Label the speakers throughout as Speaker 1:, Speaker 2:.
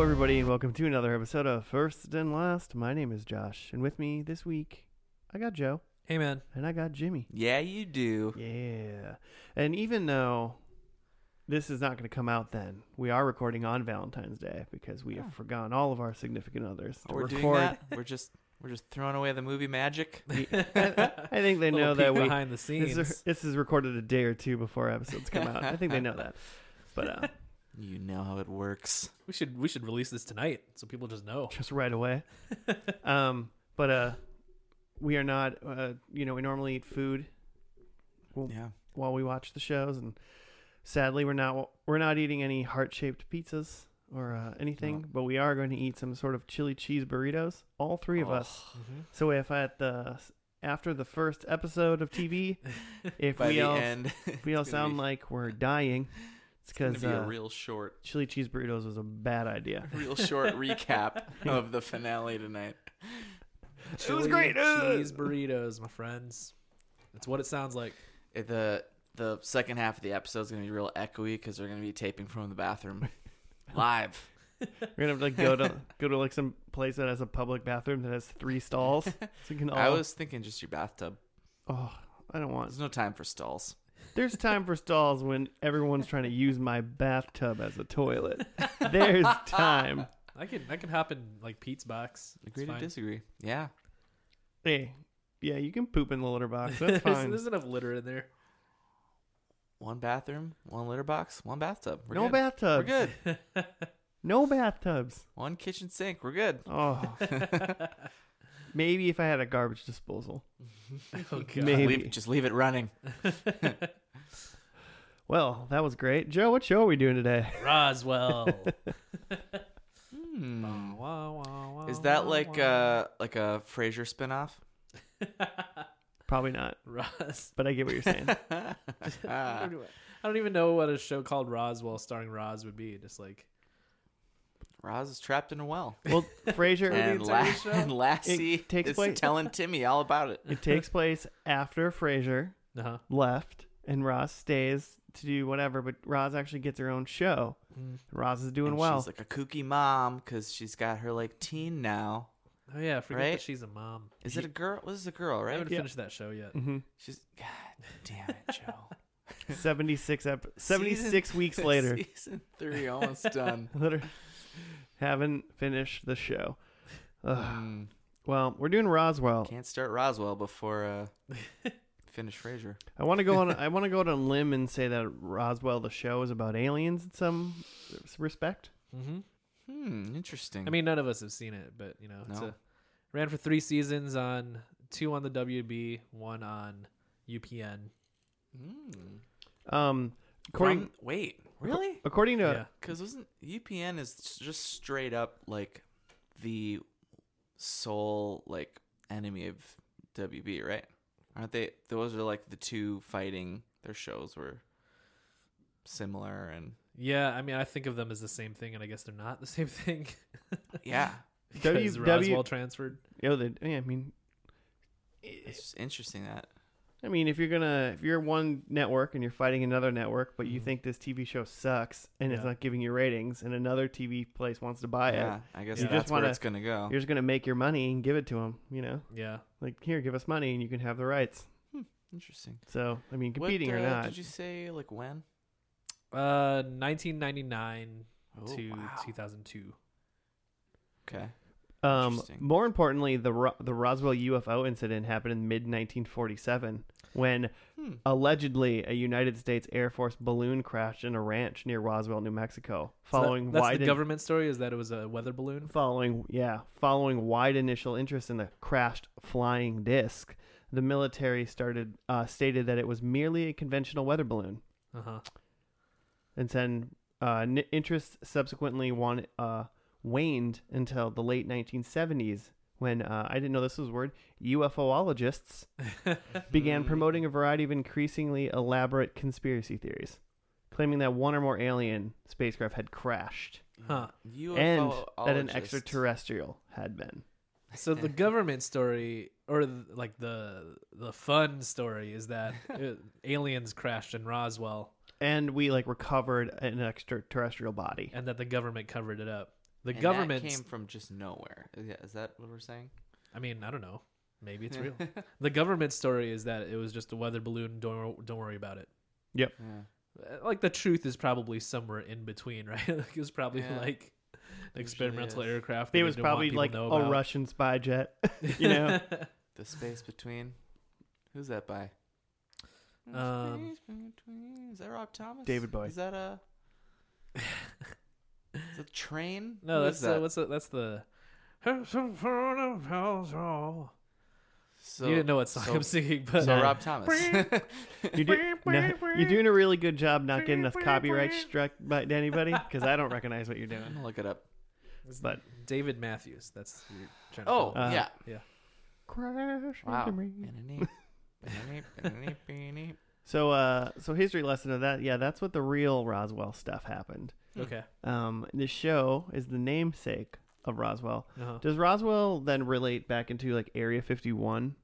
Speaker 1: everybody, and welcome to another episode of First and Last. My name is Josh, and with me this week, I got Joe
Speaker 2: Hey man,
Speaker 1: and I got Jimmy.
Speaker 3: Yeah, you do.
Speaker 1: Yeah. And even though this is not going to come out then, we are recording on Valentine's Day because we
Speaker 2: Oh.
Speaker 1: have forgone all of our significant others to
Speaker 3: We're
Speaker 1: record.
Speaker 3: doing that. We're just we're just throwing away the movie magic.
Speaker 1: I think they know
Speaker 2: Little
Speaker 1: that
Speaker 2: peek
Speaker 1: we.
Speaker 2: behind the
Speaker 1: This
Speaker 2: scenes.
Speaker 1: is, this is recorded a day or two before episodes come out. I think they know that. But uh,
Speaker 3: You know how it works.
Speaker 2: We should we should release this tonight so people just know.
Speaker 1: just right away. Um, but uh, we are not, uh, you know, we normally eat food
Speaker 3: Yeah.
Speaker 1: while we watch the shows, and sadly, we're not we're not eating any heart shaped pizzas or uh, anything. But we are going to eat some sort of chili cheese burritos, all three of us. So if at the after the first episode of TV, if
Speaker 3: By
Speaker 1: we
Speaker 3: the
Speaker 1: all
Speaker 3: end,
Speaker 1: if we all
Speaker 3: it's gonna
Speaker 1: sound
Speaker 3: be-
Speaker 1: like we're dying, it's
Speaker 3: it's
Speaker 1: because
Speaker 3: gonna be
Speaker 1: uh,
Speaker 3: a real short,
Speaker 1: chili cheese burritos was a bad idea.
Speaker 3: real short recap of the finale tonight.
Speaker 1: It was great. Ugh.
Speaker 2: Cheese burritos, my friends. That's what it sounds like.
Speaker 3: It- The the second half of the episode is gonna be real echoey because they're gonna be taping from the bathroom, live.
Speaker 1: We're gonna have to like, go to go to like some place that has a public bathroom that has three stalls. So you can all.
Speaker 3: I was thinking just your bathtub.
Speaker 1: oh, I don't want.
Speaker 3: There's no time for stalls.
Speaker 1: There's time for stalls when everyone's trying to use my bathtub as a toilet. There's time.
Speaker 2: I can I can hop in like Pete's box. It's
Speaker 3: Agree to
Speaker 2: fine.
Speaker 3: disagree. Yeah.
Speaker 1: Hey, yeah, you can poop in the litter box. That's
Speaker 2: there's,
Speaker 1: fine.
Speaker 2: there's enough litter in there.
Speaker 3: One bathroom, one litter box, one bathtub. We're
Speaker 1: no
Speaker 3: good. We're
Speaker 1: bathtubs.
Speaker 3: good.
Speaker 1: No bathtubs.
Speaker 3: One kitchen sink. We're good.
Speaker 1: Oh, maybe if I had a garbage disposal.
Speaker 2: Oh, God.
Speaker 1: Maybe.
Speaker 3: Leave, just leave it running.
Speaker 1: Well, that was great, Joe. What show are we doing today?
Speaker 2: Roswell.
Speaker 3: Hmm.
Speaker 2: Wah, wah, wah, wah,
Speaker 3: Is that
Speaker 2: wah,
Speaker 3: like
Speaker 2: wah.
Speaker 3: uh like a Frasier spinoff?
Speaker 1: uh, Probably not,
Speaker 2: Ros?
Speaker 1: but I get what you're saying.
Speaker 2: I
Speaker 1: uh,
Speaker 3: Ah,
Speaker 2: don't even- I don't even know what a show called Roswell starring Roz would be. Just like
Speaker 3: Roz is trapped in a well,
Speaker 1: well, Frasier.
Speaker 3: and,
Speaker 2: entire
Speaker 3: La-
Speaker 2: show?
Speaker 3: and Lassie
Speaker 1: It takes
Speaker 3: is
Speaker 1: place-
Speaker 3: telling Timmy all about it.
Speaker 1: It takes place after Frasier
Speaker 2: uh huh.
Speaker 1: left and Roz stays to do whatever, but Roz actually gets her own show. Roz is doing
Speaker 3: Mm. And
Speaker 1: well.
Speaker 3: she's like a kooky mom because she's got her like teen now.
Speaker 2: Oh yeah, I forget
Speaker 3: Right?
Speaker 2: that she's a mom.
Speaker 3: Is it a girl? This is a girl,
Speaker 2: I
Speaker 3: right?
Speaker 2: haven't
Speaker 1: Yeah.
Speaker 2: finished that show yet.
Speaker 1: hmm
Speaker 3: She's God damn it, Joe.
Speaker 1: 76 ep- 76
Speaker 3: Season-
Speaker 1: weeks later.
Speaker 3: season three almost done.
Speaker 1: Literally haven't finished the show. Ugh.
Speaker 3: Mm,
Speaker 1: Well, we're doing Roswell.
Speaker 3: can't start Roswell before uh, finish Frasier.
Speaker 1: I want to go on. I want to go out on a limb and say that Roswell, the show, is about aliens in some respect.
Speaker 2: Mm-hmm.
Speaker 3: Hmm, interesting.
Speaker 2: I mean, none of us have seen it, but you know, it's
Speaker 3: No.
Speaker 2: a, ran for three seasons on two on the WB, one on UPN.
Speaker 3: Hmm.
Speaker 1: Um, according
Speaker 3: From- wait, really?
Speaker 1: according to
Speaker 2: Yeah,
Speaker 3: Because wasn't UPN is s- just straight up like the sole like enemy of WB, right? Aren't they? Those are like the two fighting. Their shows were similar, and
Speaker 2: yeah. I mean, I think of them as the same thing, and I guess they're not the same thing.
Speaker 3: yeah,
Speaker 2: because
Speaker 1: W-
Speaker 2: Roswell transferred.
Speaker 1: you know, the, yeah, I mean,
Speaker 3: it's just interesting that
Speaker 1: I mean, if you're gonna if you're one network and you're fighting another network, but
Speaker 3: Mm-hmm.
Speaker 1: you
Speaker 2: Mhm.
Speaker 1: think this TV show sucks and it's
Speaker 2: Yeah.
Speaker 1: not giving you ratings, and another TV place wants to buy
Speaker 3: yeah,
Speaker 1: it,
Speaker 3: I guess
Speaker 2: You
Speaker 3: that's
Speaker 1: Oh, just
Speaker 3: where
Speaker 1: wanna-
Speaker 3: it's gonna go.
Speaker 1: you're just gonna make your money and give it to them. You know,
Speaker 2: Yeah,
Speaker 1: like here, give us money and you can have the rights.
Speaker 3: Interesting.
Speaker 1: So I mean, competing
Speaker 3: what,
Speaker 1: or
Speaker 3: uh,
Speaker 1: not,
Speaker 3: Did you say like when?
Speaker 2: uh, 1999
Speaker 3: Oh,
Speaker 2: to
Speaker 3: wow.
Speaker 2: 2002.
Speaker 3: Okay.
Speaker 1: um,
Speaker 3: interesting.
Speaker 1: more importantly, the Ro- the Roswell UFO incident happened in mid 1947 when
Speaker 3: Hmm.
Speaker 1: allegedly a United States Air Force balloon crashed in a ranch near Roswell, New Mexico,
Speaker 2: So that-
Speaker 1: following
Speaker 2: that's
Speaker 1: wide
Speaker 2: the government story is that it was a weather balloon.
Speaker 1: Following, yeah, following wide initial interest in the crashed flying disc, the military started uh, stated that it was merely a conventional weather balloon,
Speaker 2: Uh huh.
Speaker 1: and then uh, n- interest subsequently wan- uh, waned until the late 1970s when uh, I didn't know this was a word UFOologists
Speaker 2: Uh-huh.
Speaker 1: began promoting a variety of increasingly elaborate conspiracy theories, claiming that one or more alien spacecraft had crashed
Speaker 2: Huh.
Speaker 1: and that an
Speaker 3: UFOologist.
Speaker 1: extraterrestrial had been.
Speaker 2: So the government story, or th- like the the fun story, is that uh aliens crashed in Roswell,
Speaker 1: and we like recovered an extraterrestrial body.
Speaker 2: and that the government covered it up. The
Speaker 3: And that
Speaker 2: government.
Speaker 3: came from just nowhere. Yeah, is that what we're saying?
Speaker 2: I mean, I don't know. Maybe it's real. the government story is that it was just a weather balloon. Don't don't worry about it.
Speaker 3: Yeah.
Speaker 2: Uh, Like the truth is probably somewhere in between, right? like it was probably
Speaker 3: Yeah.
Speaker 2: like an
Speaker 3: Usually
Speaker 2: experimental
Speaker 3: is.
Speaker 2: aircraft. that
Speaker 1: It
Speaker 2: we
Speaker 1: was
Speaker 2: didn't want
Speaker 1: probably
Speaker 2: people
Speaker 1: like
Speaker 2: to
Speaker 1: a
Speaker 2: know about.
Speaker 1: Russian spy jet. you know?
Speaker 3: The space between. Who's that by? The
Speaker 2: Um,
Speaker 3: space between. Is that Rob Thomas?
Speaker 1: David Bowie.
Speaker 3: Is that a? Is that train?
Speaker 2: no,
Speaker 3: Who
Speaker 2: that's
Speaker 3: is
Speaker 2: uh,
Speaker 3: that?
Speaker 2: what's the, that's the.
Speaker 3: so,
Speaker 2: you didn't know what song
Speaker 3: so,
Speaker 2: I'm singing, but
Speaker 3: So
Speaker 1: No.
Speaker 3: Rob Thomas.
Speaker 1: You do, no, you're doing a really good job not getting us copyright struck by to anybody because I don't recognize what you're
Speaker 3: I'm
Speaker 1: doing.
Speaker 3: gonna look it up.
Speaker 1: But
Speaker 2: David Matthews. That's who you're trying to call.
Speaker 3: Oh
Speaker 1: Uh,
Speaker 3: yeah.
Speaker 1: crash
Speaker 3: Wow.
Speaker 1: into me. So, uh, so history lesson of that. Yeah, that's what the real Roswell stuff happened.
Speaker 2: okay.
Speaker 1: Um, this show is the namesake of Roswell.
Speaker 2: Uh-huh.
Speaker 1: Does Roswell then relate back into like Area 51?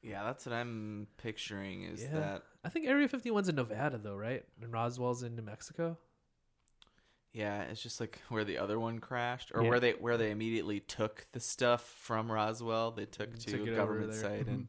Speaker 3: yeah, that's what I'm picturing. Is
Speaker 2: Yeah.
Speaker 3: that?
Speaker 2: I think Area 51's in Nevada, though, right? And Roswell's in New Mexico.
Speaker 3: Yeah, it's just like where the other one crashed, or
Speaker 1: Yeah.
Speaker 3: where they where they immediately took the stuff from Roswell. They took
Speaker 2: And
Speaker 3: to
Speaker 2: took it
Speaker 3: a
Speaker 2: over
Speaker 3: government
Speaker 2: there. Mm-hmm.
Speaker 3: site, and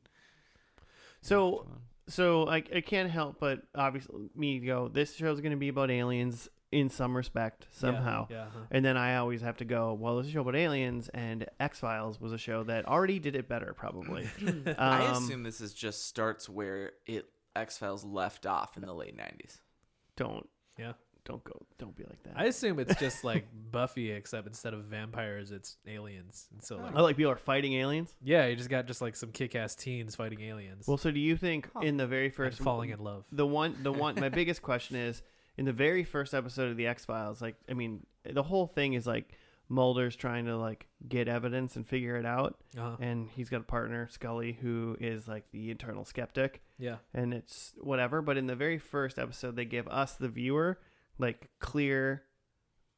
Speaker 1: So, so I, I can't help but obviously me go. This show's going to be about aliens in some respect somehow.
Speaker 2: Yeah. yeah, uh-huh.
Speaker 1: And then I always have to go, well, this is a show about aliens, and X Files was a show that already did it better, probably. um,
Speaker 3: I assume this is just starts where it X Files left off in the late nineties.
Speaker 1: Don't.
Speaker 2: Yeah.
Speaker 1: Don't go. Don't be like that.
Speaker 2: I assume it's just like Buffy, except instead of vampires, it's aliens. And so, like,
Speaker 1: oh, like people are fighting aliens.
Speaker 2: yeah, you just got just like some kick ass teens fighting aliens.
Speaker 1: Well, so do you think
Speaker 3: Huh.
Speaker 1: in the very
Speaker 2: and
Speaker 1: first mm.
Speaker 2: falling in love.
Speaker 1: the one the one my biggest question is in the very first episode of the X Files, like I mean, the whole thing is like Mulder's trying to like get evidence and figure it out,
Speaker 2: Uh-huh.
Speaker 1: and he's got a partner Scully who is like the internal skeptic.
Speaker 2: Yeah.
Speaker 1: and it's whatever. But in the very first episode, they give us the viewer like clear,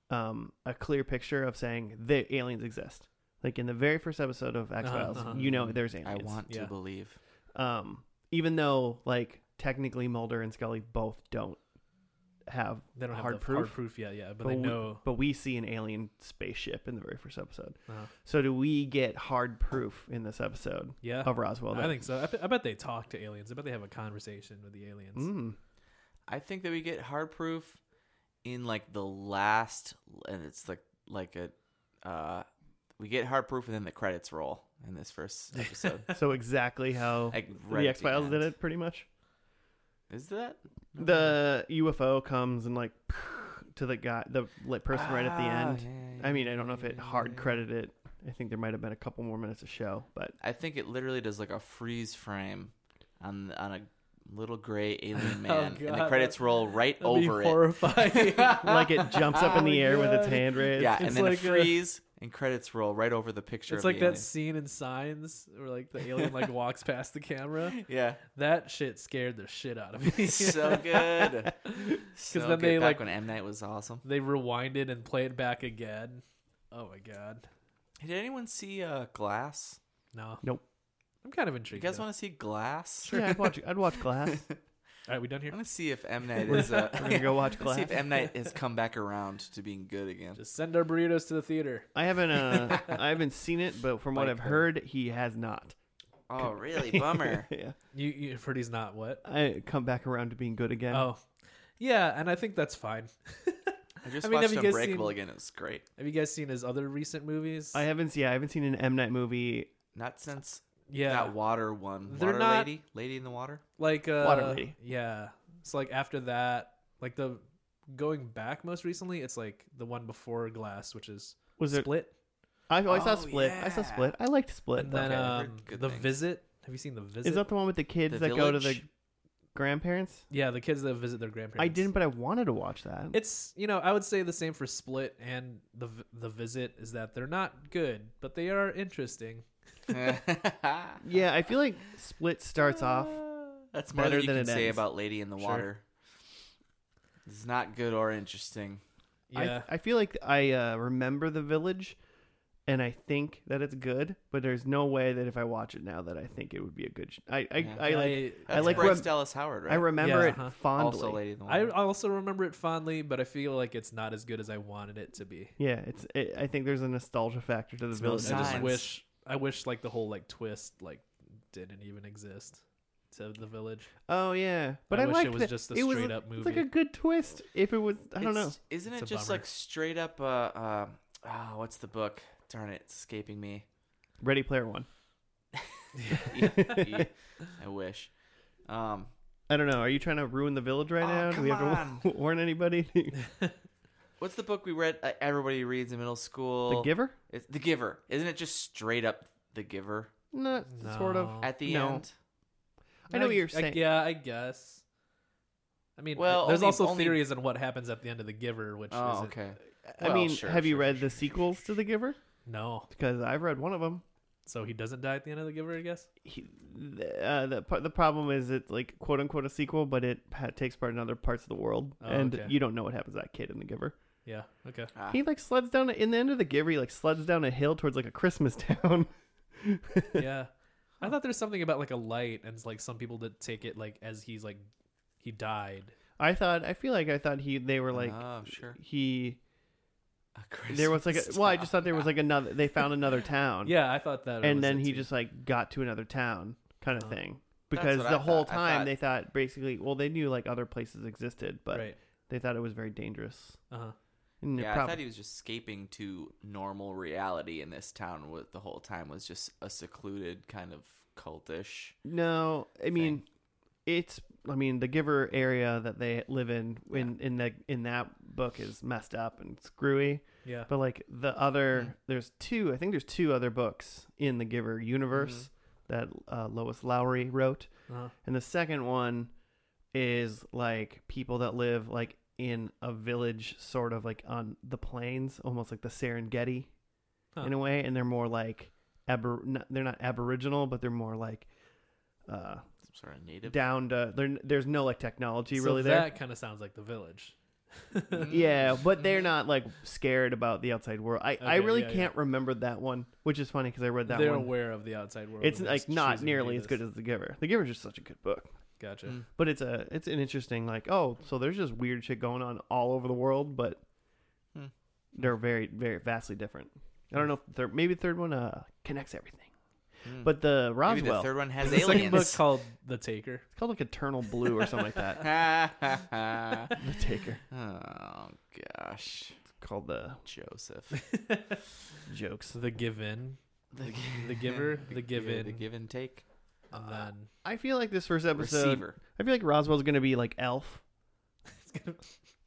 Speaker 1: um, a clear picture of saying the aliens exist. Like in the very first episode of X Files,
Speaker 2: Uh-huh.
Speaker 1: you know there's
Speaker 3: I
Speaker 1: aliens.
Speaker 3: want
Speaker 2: Yeah.
Speaker 3: to believe.
Speaker 1: um, even though like technically Mulder and Scully both don't have,
Speaker 2: They don't have
Speaker 1: hard
Speaker 2: the
Speaker 1: proof.
Speaker 2: hard proof yet, yeah, but, they
Speaker 1: we-
Speaker 2: know.
Speaker 1: but we see an alien spaceship in the very first episode.
Speaker 2: Uh-huh.
Speaker 1: So do we get hard proof in this episode
Speaker 2: Yeah.
Speaker 1: of Roswell?
Speaker 2: Uh, I think so. I, bet- I bet they talk to aliens. I bet they have a conversation with the aliens.
Speaker 1: Mm.
Speaker 3: I think that we get hard proof in like the last, and it's like like a, uh, we get hard proof, and then the credits roll in this first episode.
Speaker 1: So exactly how
Speaker 3: like right at
Speaker 1: the X Files did
Speaker 3: end.
Speaker 1: it, pretty much.
Speaker 3: Is that
Speaker 1: the UFO comes and like to the guy, the like, person right at the
Speaker 3: Ah,
Speaker 1: end.
Speaker 3: yeah, yeah,
Speaker 1: I mean, I don't know if
Speaker 3: yeah,
Speaker 1: it
Speaker 3: yeah,
Speaker 1: hard
Speaker 3: yeah.
Speaker 1: credited. I think there might have been a couple more minutes of show, but
Speaker 3: I think it literally does like a freeze frame on on a little gray
Speaker 1: Oh,
Speaker 3: alien man, and the
Speaker 2: God,
Speaker 3: credits
Speaker 2: that-
Speaker 3: roll right
Speaker 2: That'd be
Speaker 3: over it.
Speaker 2: horrifying.
Speaker 1: like it jumps up in the
Speaker 2: Oh,
Speaker 1: air with its
Speaker 2: God.
Speaker 1: hand raised.
Speaker 3: Yeah,
Speaker 2: it's
Speaker 3: and then
Speaker 2: like a-
Speaker 3: a freeze and credits roll right over the picture.
Speaker 2: it's
Speaker 3: of
Speaker 2: like
Speaker 3: the
Speaker 2: that scene in Signs where like the alien like walks past the camera.
Speaker 3: alien. Yeah,
Speaker 2: That shit scared the shit out of me.
Speaker 3: so good. Because
Speaker 2: then they,
Speaker 3: back
Speaker 2: like-
Speaker 3: when M Night was awesome.
Speaker 2: they rewind it and play it back again. Oh my god.
Speaker 3: Did anyone see uh, Glass?
Speaker 2: No.
Speaker 1: Nope.
Speaker 2: I'm kind of
Speaker 3: You
Speaker 2: intrigued.
Speaker 3: guys
Speaker 2: though.
Speaker 3: want to see Glass?
Speaker 1: Yeah, I'd watch. I'd watch Glass.
Speaker 2: All right, we done
Speaker 3: I'm
Speaker 2: here?
Speaker 3: gonna see if M Night
Speaker 1: We're-
Speaker 3: is. Uh,
Speaker 1: We're gonna go watch
Speaker 3: let's
Speaker 1: Glass.
Speaker 3: see if M Night has come back around to being good again.
Speaker 2: Just send our burritos to the theater.
Speaker 1: I haven't. Uh, I haven't seen it, but from what
Speaker 3: Like
Speaker 1: I've
Speaker 3: the-
Speaker 1: heard, he has not.
Speaker 3: Oh, really? Bummer.
Speaker 1: yeah,
Speaker 2: You, you Freddie's not what?
Speaker 1: I come back around to being good again.
Speaker 2: Oh. Yeah, and I think that's fine.
Speaker 3: I just
Speaker 2: I mean, have
Speaker 3: watched
Speaker 2: you guys
Speaker 3: Unbreakable
Speaker 2: seen-
Speaker 3: again. It was great.
Speaker 2: Have you guys seen his other recent movies?
Speaker 1: I haven't. Yeah, I haven't seen an M Night movie.
Speaker 3: Not since
Speaker 2: yeah.
Speaker 3: That water one.
Speaker 2: They're
Speaker 3: water
Speaker 2: not-
Speaker 3: lady? Lady in the water?
Speaker 2: like uh
Speaker 1: Water Lady.
Speaker 2: yeah so like after that like the going back most recently it's like the one before glass which is
Speaker 1: Was it?
Speaker 2: split
Speaker 1: I, oh, I saw
Speaker 3: Oh,
Speaker 1: Split. I saw
Speaker 3: yeah.
Speaker 1: Split. I liked Split.
Speaker 2: and
Speaker 1: though.
Speaker 2: then
Speaker 3: Okay, I heard
Speaker 2: um
Speaker 3: good
Speaker 2: the
Speaker 3: things.
Speaker 2: visit have you seen the visit
Speaker 1: Is that the one with the kids
Speaker 3: The
Speaker 1: that go to the
Speaker 3: Village?
Speaker 1: grandparents?
Speaker 2: yeah the kids that visit their grandparents
Speaker 1: I didn't, but I wanted to watch that.
Speaker 2: it's you know i would say the same for split and the V- the visit is that they're not good but they are interesting
Speaker 1: yeah, I feel like Split starts off.
Speaker 3: That's more
Speaker 1: Better
Speaker 3: than you
Speaker 1: than
Speaker 3: can
Speaker 1: it
Speaker 3: say
Speaker 1: ends.
Speaker 3: about Lady in the
Speaker 1: Sure.
Speaker 3: Water. It's not good or interesting.
Speaker 2: yeah
Speaker 1: I, I feel like I uh, remember the village, and I think that it's good, but there's no way that if I watch it now that I think it would be a good. Sh- I I,
Speaker 3: Yeah.
Speaker 1: I like
Speaker 3: That's
Speaker 1: like
Speaker 3: Bryce
Speaker 1: rem-
Speaker 3: Dallas Howard, right?
Speaker 1: I remember
Speaker 2: Yeah,
Speaker 1: it
Speaker 2: uh-huh.
Speaker 1: fondly.
Speaker 3: also Lady of the
Speaker 2: I, I
Speaker 3: Water.
Speaker 2: also remember it fondly, but I feel like it's not as good as I wanted it to be.
Speaker 1: Yeah, it's. It, I think there's a nostalgia factor to the
Speaker 2: I
Speaker 1: village.
Speaker 3: Those
Speaker 2: just
Speaker 3: signs.
Speaker 2: wish I wish like the whole like twist like didn't even exist to the village.
Speaker 1: Oh yeah, but I,
Speaker 2: I wish
Speaker 1: like
Speaker 2: it was
Speaker 1: that-
Speaker 2: just a
Speaker 1: it was
Speaker 2: straight up
Speaker 1: It's like a
Speaker 2: movie.
Speaker 1: good twist. If it was, I don't know.
Speaker 3: It's- Isn't
Speaker 2: It's
Speaker 3: it
Speaker 2: a
Speaker 3: just
Speaker 2: bummer.
Speaker 3: like straight up? Uh, uh, oh, what's the book? Darn it, it's escaping me. E,
Speaker 1: Ready Player One.
Speaker 3: I wish. Um,
Speaker 1: I don't know. Are you trying to ruin the village right
Speaker 3: Oh,
Speaker 1: now? Do we have
Speaker 3: come
Speaker 1: to wa- warn anybody?
Speaker 3: what's the book we read? Uh, everybody reads in middle school.
Speaker 1: the Giver?
Speaker 3: It's The Giver. Isn't it just straight up The Giver
Speaker 1: No, sort of.
Speaker 2: No.
Speaker 3: at the
Speaker 1: No.
Speaker 3: end?
Speaker 1: I know what you're
Speaker 2: I-
Speaker 1: saying.
Speaker 2: yeah, I guess. I mean,
Speaker 3: Well,
Speaker 2: there's
Speaker 3: only-
Speaker 2: also
Speaker 3: only-
Speaker 2: theories on what happens at the end of The Giver, which
Speaker 3: Oh,
Speaker 2: is
Speaker 3: okay.
Speaker 1: I
Speaker 3: Well,
Speaker 1: mean,
Speaker 3: sure,
Speaker 1: have you
Speaker 3: sure,
Speaker 1: read
Speaker 3: sure,
Speaker 1: the
Speaker 3: sure,
Speaker 1: sequels to The Giver?
Speaker 2: no.
Speaker 1: Because I've read one of them.
Speaker 2: So he doesn't die at the end of The Giver, I guess.
Speaker 1: He, the, uh, the par- the problem is it's like quote unquote a sequel, but it pa- takes part in other parts of the world,
Speaker 2: Oh,
Speaker 1: and
Speaker 2: okay.
Speaker 1: you don't know what happens to that kid in The Giver.
Speaker 2: Yeah. Okay.
Speaker 3: Ah,
Speaker 1: He like sleds down a- in the end of The Giver. He like sleds down a hill towards like a Christmas town.
Speaker 2: yeah. I thought there's something about like a light, and it's like some people that take it like as he's like he died.
Speaker 1: I thought I feel like I thought he they were like
Speaker 3: oh, sure.
Speaker 1: he
Speaker 3: A
Speaker 1: there was like a
Speaker 3: Christmas
Speaker 1: well I just
Speaker 3: town.
Speaker 1: thought there was like another they found another town
Speaker 2: Yeah, I thought that. was
Speaker 1: and then
Speaker 2: it,
Speaker 1: he
Speaker 2: too.
Speaker 1: just like got to another town kind of
Speaker 2: Oh.
Speaker 1: thing
Speaker 3: That's
Speaker 1: because
Speaker 3: what I
Speaker 1: the whole
Speaker 3: thought. I
Speaker 1: time
Speaker 3: thought-
Speaker 1: they thought basically well they knew like other places existed but
Speaker 2: right.
Speaker 1: they thought it was very dangerous
Speaker 2: Uh huh.
Speaker 1: and it
Speaker 3: yeah, I
Speaker 1: prob-
Speaker 3: thought he was just escaping to normal reality in this town. wa- The whole time was just a secluded kind of cultish.
Speaker 1: no I mean it's I mean the giver area that they live in in in the in that book is messed up and screwy
Speaker 2: Yeah.
Speaker 1: But like the other,
Speaker 3: Mm-hmm.
Speaker 1: there's two. I think there's two other books in the Giver universe
Speaker 3: Mm-hmm.
Speaker 1: that uh, Lois Lowry wrote,
Speaker 2: Uh-huh.
Speaker 1: and the second one is like people that live like in a village, sort of like on the plains, almost like the Serengeti,
Speaker 2: Huh.
Speaker 1: in a way. And they're more like abor- not, they're not aboriginal, but they're more like uh,
Speaker 3: Some sort of native.
Speaker 1: down to. They're, there's no like technology
Speaker 2: so
Speaker 1: really there.
Speaker 2: that kind of sounds like the village.
Speaker 3: Mm.
Speaker 1: Yeah, but they're not like scared about the outside world. I, I
Speaker 2: Okay,
Speaker 1: really
Speaker 2: yeah, yeah.
Speaker 1: can't remember that one, which is funny because I read that
Speaker 2: They're
Speaker 1: one.
Speaker 2: aware of the outside world.
Speaker 1: It's
Speaker 2: and they're
Speaker 1: like
Speaker 2: just
Speaker 1: not
Speaker 2: choosing to
Speaker 1: nearly
Speaker 2: do
Speaker 1: as good
Speaker 2: this.
Speaker 1: as The Giver. The Giver is just such a good book,
Speaker 2: Gotcha.
Speaker 3: Mm.
Speaker 1: but it's a it's an interesting like oh so there's just weird shit going on all over the world, but
Speaker 3: Hmm.
Speaker 1: they're very very vastly different. I don't know if the third maybe the third one uh connects everything,
Speaker 3: Hmm.
Speaker 1: but the
Speaker 3: Maybe
Speaker 1: Roswell
Speaker 3: the third one has
Speaker 2: The second book
Speaker 3: aliens.
Speaker 2: called The Taker.
Speaker 1: it's called like Eternal Blue or something like that.
Speaker 3: Ah.
Speaker 1: The Taker
Speaker 3: oh gosh,
Speaker 1: It's called the
Speaker 3: Joseph.
Speaker 1: jokes.
Speaker 2: The Given.
Speaker 3: The,
Speaker 2: The Giver, The
Speaker 3: giver, the
Speaker 2: Given.
Speaker 3: give and take
Speaker 2: And
Speaker 3: Ah.
Speaker 1: Uh,
Speaker 2: then
Speaker 1: I feel like this first episode.
Speaker 3: receiver.
Speaker 1: I feel like Roswell's gonna be like Elf,
Speaker 2: it's gonna,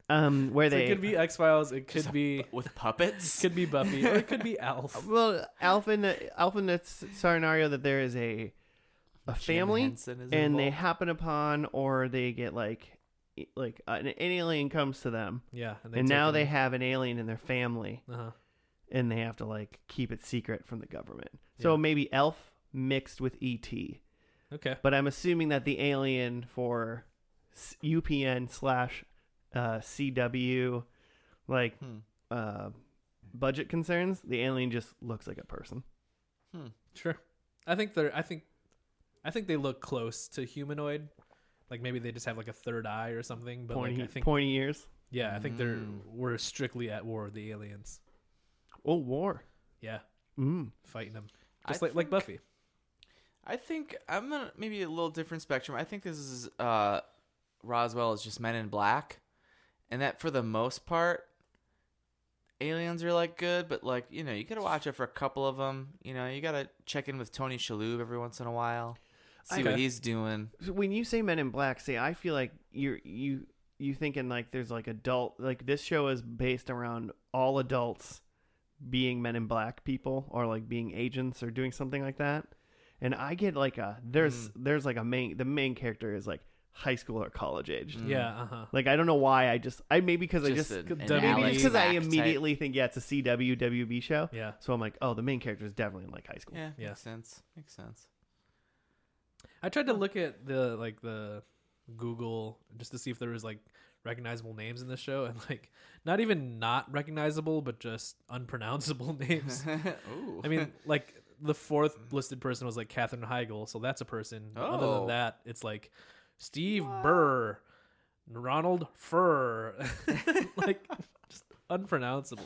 Speaker 1: um, where
Speaker 2: so
Speaker 1: they
Speaker 2: it could be X Files. It
Speaker 3: Just
Speaker 2: could
Speaker 3: a
Speaker 2: be
Speaker 3: bu- with puppets.
Speaker 2: could be Buffy. Or it could be Alf.
Speaker 1: Well, Alf in the Alf in the s- scenario that there is a a
Speaker 3: Jim
Speaker 1: family
Speaker 3: Henson is
Speaker 1: and they
Speaker 3: involved.
Speaker 1: happen upon or they get like i- like an, an alien comes to them
Speaker 2: Yeah. And,
Speaker 1: and now they have an alien in their family
Speaker 2: Uh huh.
Speaker 1: and they have to like keep it secret from the government. So
Speaker 2: Yeah.
Speaker 1: maybe Elf mixed with ET.
Speaker 2: Okay.
Speaker 1: But I'm assuming that the alien for s- UPN slash uh, CW like
Speaker 3: Hmm.
Speaker 1: uh, budget concerns, the alien just looks like a person.
Speaker 2: Sure. I think they're. I think. I think they look close to humanoid. Like maybe they just have like a third eye or something. But
Speaker 1: pointy,
Speaker 2: like I think.
Speaker 1: pointy ears.
Speaker 2: Yeah, I think they're
Speaker 3: Mm.
Speaker 2: we're strictly at war with the aliens.
Speaker 1: Oh, war.
Speaker 2: Yeah,
Speaker 1: Mm.
Speaker 2: fighting them
Speaker 3: I
Speaker 2: just like like
Speaker 3: think-
Speaker 2: Buffy.
Speaker 3: I think I'm gonna maybe a little different spectrum. I think this is uh, Roswell is just Men in Black, and that for the most part, aliens are like good, but like you know you gotta watch it for a couple of them. You know you gotta check in with Tony Shalhoub every once in a while, see what
Speaker 2: Okay.
Speaker 3: he's doing.
Speaker 1: So when you say Men in Black, see, I feel like you're you you thinking like there's like adult like this show is based around all adults being Men in Black people or like being agents or doing something like that. And I get like a there's there's like a main the main character is like high school or college age.
Speaker 2: Yeah, uh huh.
Speaker 1: Like I don't know why I just I maybe because I
Speaker 3: Just
Speaker 1: just
Speaker 3: a-
Speaker 2: Could-
Speaker 3: an
Speaker 2: maybe
Speaker 1: maybe
Speaker 3: Alex
Speaker 1: just because I
Speaker 3: Mack type.
Speaker 1: immediately think yeah it's a CW WB show.
Speaker 2: Yeah,
Speaker 1: So I'm like oh the main character is definitely in like high school.
Speaker 3: Yeah,
Speaker 2: Yeah.
Speaker 3: makes sense. Makes sense.
Speaker 2: I tried to look at the like the Google just to see if there was like recognizable names in this show, and like not even not recognizable, but just unpronounceable names.
Speaker 3: Ooh.
Speaker 2: I mean, like the fourth listed person was like Katherine Heigl, so that's a person. Other
Speaker 3: Oh.
Speaker 2: than that, it's like Steve Burr, Ronald Furr, like just unpronounceable.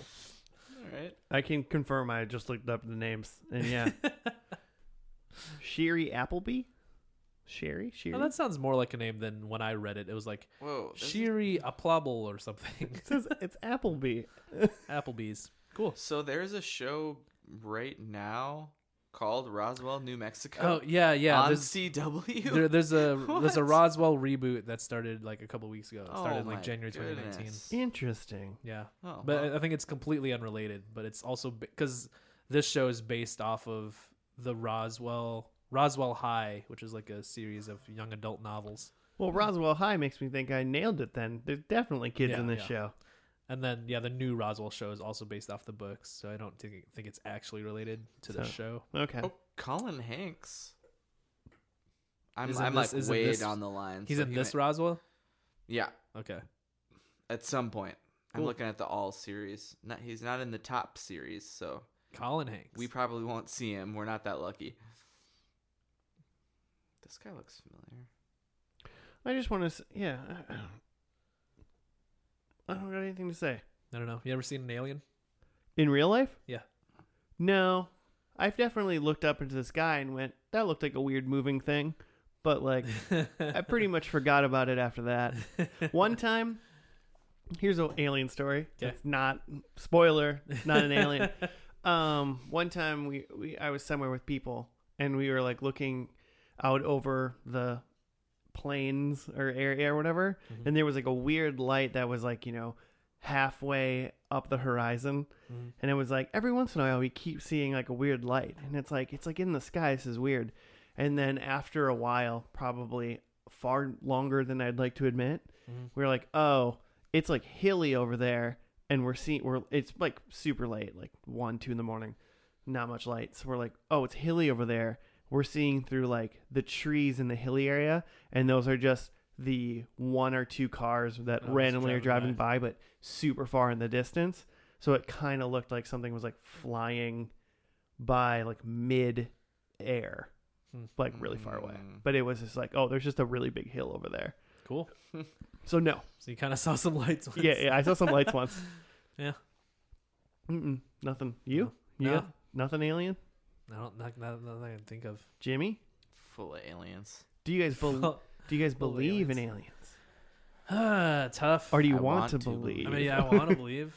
Speaker 3: all right.
Speaker 1: I can confirm. I just looked up the names, and yeah, Sherry Appleby, Sherry, Sherry.
Speaker 2: Now, that sounds more like a name than when I read it. It was like
Speaker 3: Whoa. this is-
Speaker 2: Shiri Applable or something.
Speaker 1: it says it's Appleby.
Speaker 2: Applebee's. Cool.
Speaker 3: So there's a show right now called Roswell, New Mexico.
Speaker 2: Oh yeah, yeah.
Speaker 3: on
Speaker 2: There's,
Speaker 3: CW.
Speaker 2: there, there's a there's a
Speaker 3: What?
Speaker 2: Roswell reboot that started like a couple weeks ago. It
Speaker 3: Oh
Speaker 2: started like
Speaker 3: my
Speaker 2: January 2019.
Speaker 3: goodness.
Speaker 1: Interesting.
Speaker 2: Yeah.
Speaker 3: Oh,
Speaker 2: but
Speaker 3: well.
Speaker 2: I- I think it's completely unrelated. But it's also because this show is based off of the Roswell Roswell High, which is like a series of young adult novels.
Speaker 1: Well, Roswell High makes me think I nailed it. Then there's definitely kids
Speaker 2: Yeah,
Speaker 1: in this
Speaker 2: yeah.
Speaker 1: show.
Speaker 2: And then yeah, the new Roswell show is also based off the books. So I don't think think it's actually related to the
Speaker 1: So-
Speaker 2: show.
Speaker 1: Okay.
Speaker 3: Oh, Colin Hanks. I'm,
Speaker 2: Is in
Speaker 3: I'm
Speaker 2: this-
Speaker 3: like
Speaker 2: is in
Speaker 3: way
Speaker 2: this-
Speaker 3: down the line.
Speaker 2: He's
Speaker 3: so
Speaker 2: in
Speaker 3: he
Speaker 2: this
Speaker 3: might-
Speaker 2: Roswell.
Speaker 3: Yeah,
Speaker 2: Okay.
Speaker 3: at some point. I'm
Speaker 2: Cool.
Speaker 3: looking at the all series. Not, he's not in the top series, so
Speaker 2: Colin Hanks.
Speaker 3: we probably won't see him. We're not that lucky. This guy looks familiar.
Speaker 1: I just want to. s yeah. I- I don't- I don't got anything to say.
Speaker 2: I don't know. You ever seen an alien?
Speaker 1: In real life?
Speaker 2: Yeah.
Speaker 1: No. I've definitely looked up into the sky and went, that looked like a weird moving thing. But, like, I pretty much forgot about it after that. One time, here's an alien story.
Speaker 2: Yeah.
Speaker 1: It's not, spoiler, it's not an alien. um, one time, we, we I was somewhere with people and we were, like, looking out over the plains or area or whatever. And there was, like, a weird light that was, like, you know, halfway up the horizon
Speaker 2: Mhm.
Speaker 1: and it was like every once in a while we keep seeing like a weird light and it's like it's like in the sky this is weird and then after a while probably far longer than i'd like to admit
Speaker 2: Mhm.
Speaker 1: we are like oh it's like hilly over there and we're seeing we're it's like super late like one two in the morning not much light so we're like oh it's hilly over there we're seeing through like the trees in the hilly area and those are just the one or two cars that
Speaker 2: Oh, just
Speaker 1: randomly are driving
Speaker 2: driving
Speaker 1: by but super far in the distance so it kind of looked like something was like flying by like mid air,
Speaker 2: Hmm.
Speaker 1: like really far away.
Speaker 3: Mm.
Speaker 1: But it was just like, oh, there's just a really big hill over there.
Speaker 2: Cool.
Speaker 1: So no,
Speaker 2: So you kind of saw some lights. Once.
Speaker 1: yeah, yeah, I saw some lights once.
Speaker 2: Yeah.
Speaker 1: Mm-mm, nothing. You?
Speaker 2: No.
Speaker 1: Yeah. Nothing alien.
Speaker 2: I don't not, not, not that I can think of.
Speaker 1: Jimmy,
Speaker 3: Full of aliens.
Speaker 1: do you guys bel do you guys
Speaker 2: full of
Speaker 1: believe in
Speaker 2: aliens.
Speaker 1: aliens,
Speaker 2: Ah, tough.
Speaker 1: or do you
Speaker 3: I
Speaker 1: want,
Speaker 3: want
Speaker 1: to
Speaker 3: to believe.
Speaker 1: believe?
Speaker 2: I mean, yeah, I want to believe,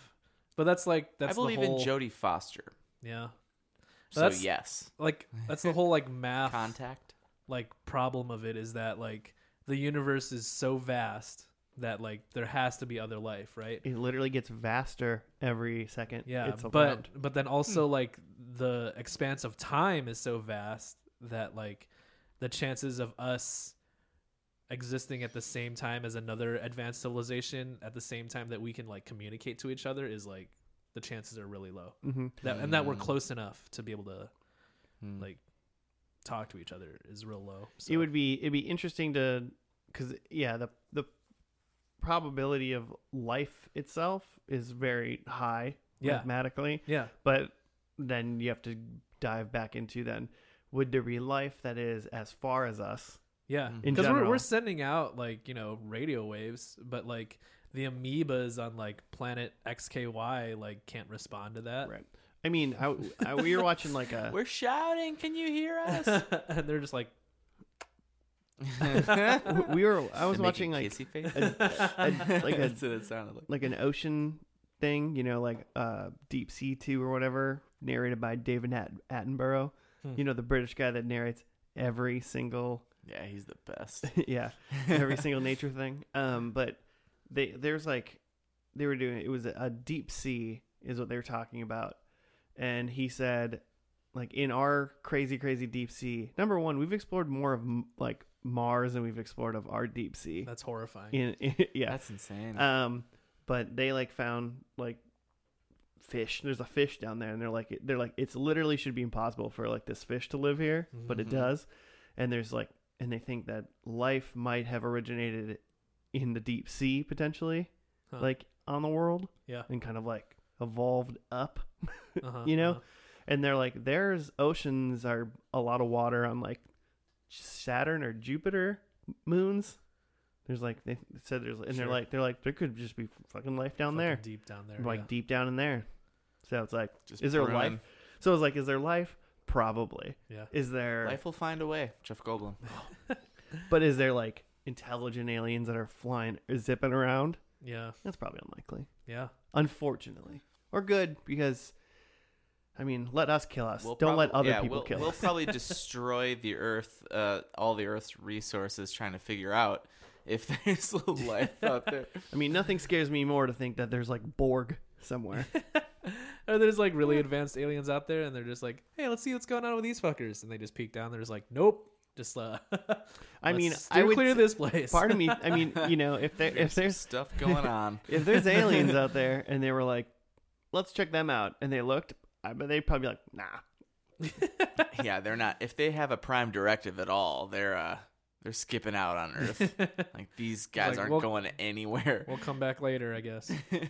Speaker 2: but that's like that's
Speaker 3: I believe
Speaker 2: the whole,
Speaker 3: in Jodie Foster.
Speaker 2: Yeah,
Speaker 3: So
Speaker 2: that's-
Speaker 3: yes.
Speaker 2: like that's the whole like math
Speaker 3: Contact.
Speaker 2: like problem of it is that like the universe is so vast that like there has to be other life, right?
Speaker 1: It literally gets vaster every second.
Speaker 2: Yeah,
Speaker 1: it's
Speaker 2: but
Speaker 1: around.
Speaker 2: but then also like the expanse of time is so vast that like the chances of us existing at the same time as another advanced civilization at the same time that we can like communicate to each other is like the chances are really low.
Speaker 1: hmm
Speaker 2: That and that we're
Speaker 3: Mm.
Speaker 2: close enough to be able to
Speaker 3: Hmm.
Speaker 2: like talk to each other is real low. So.
Speaker 1: it would be it'd be interesting to because yeah the the probability of life itself is very high
Speaker 2: Yeah.
Speaker 1: mathematically
Speaker 2: yeah.
Speaker 1: but then you have to dive back into then would there be life that is as far as us
Speaker 2: Yeah,
Speaker 1: In
Speaker 2: because we're,
Speaker 1: general.
Speaker 2: we're sending out like you know radio waves, but like the amoebas on like planet XKY like can't respond to that,
Speaker 1: right i mean I, I- we were watching like a
Speaker 3: We're shouting. Can you hear us?
Speaker 2: and they're just like,
Speaker 1: we were i was watching
Speaker 3: Making
Speaker 1: like
Speaker 3: kissy face.
Speaker 1: a- like a-
Speaker 3: That's what it sounded like.
Speaker 1: like an ocean thing you know like uh deep sea 2 or whatever narrated by david At- attenborough
Speaker 2: Hmm.
Speaker 1: you know the british guy that narrates every single
Speaker 3: Yeah, he's the best.
Speaker 1: yeah every single nature thing. Um, but they there's like they were doing it was a, a deep sea is what they were talking about, and he said like in our crazy crazy deep sea number one we've explored more of m- like Mars than we've explored of our deep sea.
Speaker 2: that's horrifying.
Speaker 1: In, yeah,
Speaker 3: That's insane.
Speaker 1: um, but they like found like fish. There's a fish down there, and they're like they're like it's literally should be impossible for like this fish to live here, but it
Speaker 2: Mm-hmm.
Speaker 3: Mhm.
Speaker 1: does. And there's like and they think that life might have originated in the deep sea potentially,
Speaker 2: Huh.
Speaker 1: like on the world.
Speaker 2: Yeah.
Speaker 1: and kind of like evolved up,
Speaker 2: Uh-huh,
Speaker 1: you know.
Speaker 2: uh-huh.
Speaker 1: And they're like, there's oceans are a lot of water on like Saturn or Jupiter moons. There's like they said there's and
Speaker 2: Sure.
Speaker 1: they're like they're like there could just be fucking life down
Speaker 2: Fucking
Speaker 1: there.
Speaker 2: deep down there.
Speaker 1: like
Speaker 2: yeah.
Speaker 1: deep down in there. So it's like,
Speaker 3: Just
Speaker 1: is there
Speaker 3: brewing.
Speaker 1: life? So it's like, is there life? Probably.
Speaker 2: Yeah.
Speaker 1: Is there?
Speaker 3: Life will find a way. Jeff Goldblum.
Speaker 1: But is there like intelligent aliens that are flying, zipping around?
Speaker 2: Yeah.
Speaker 1: That's probably unlikely.
Speaker 2: Yeah.
Speaker 1: Unfortunately, or good because, I mean, let us kill us.
Speaker 3: We'll
Speaker 1: Don't let
Speaker 3: prob-
Speaker 1: other
Speaker 3: yeah,
Speaker 1: people
Speaker 3: we'll,
Speaker 1: kill
Speaker 3: We'll
Speaker 1: us.
Speaker 3: probably destroy the Earth, uh, all the Earth's resources, trying to figure out if there's life out there.
Speaker 1: I mean, nothing scares me more to think that there's like Borg somewhere.
Speaker 2: Or there's like really advanced aliens out there, and they're just like, "Hey, let's see what's going on with these fuckers." And they just peek down. They're just like, "Nope." Just uh,
Speaker 1: I
Speaker 2: let's
Speaker 1: mean, I
Speaker 2: steer
Speaker 1: would.
Speaker 2: clear
Speaker 1: s-
Speaker 2: this place.
Speaker 1: Part of me, I mean, you know, if there if
Speaker 3: some
Speaker 1: there's
Speaker 3: stuff going on,
Speaker 1: if there's aliens out there and they were like, let's check them out, and they looked, I bet they'd probably be like, nah,
Speaker 3: yeah, they're not. If they have a prime directive at all, they're uh, they're skipping out on Earth. like these guys
Speaker 2: Like,
Speaker 3: aren't
Speaker 2: we'll-
Speaker 3: going anywhere.
Speaker 2: we'll come back later, I guess.
Speaker 3: they're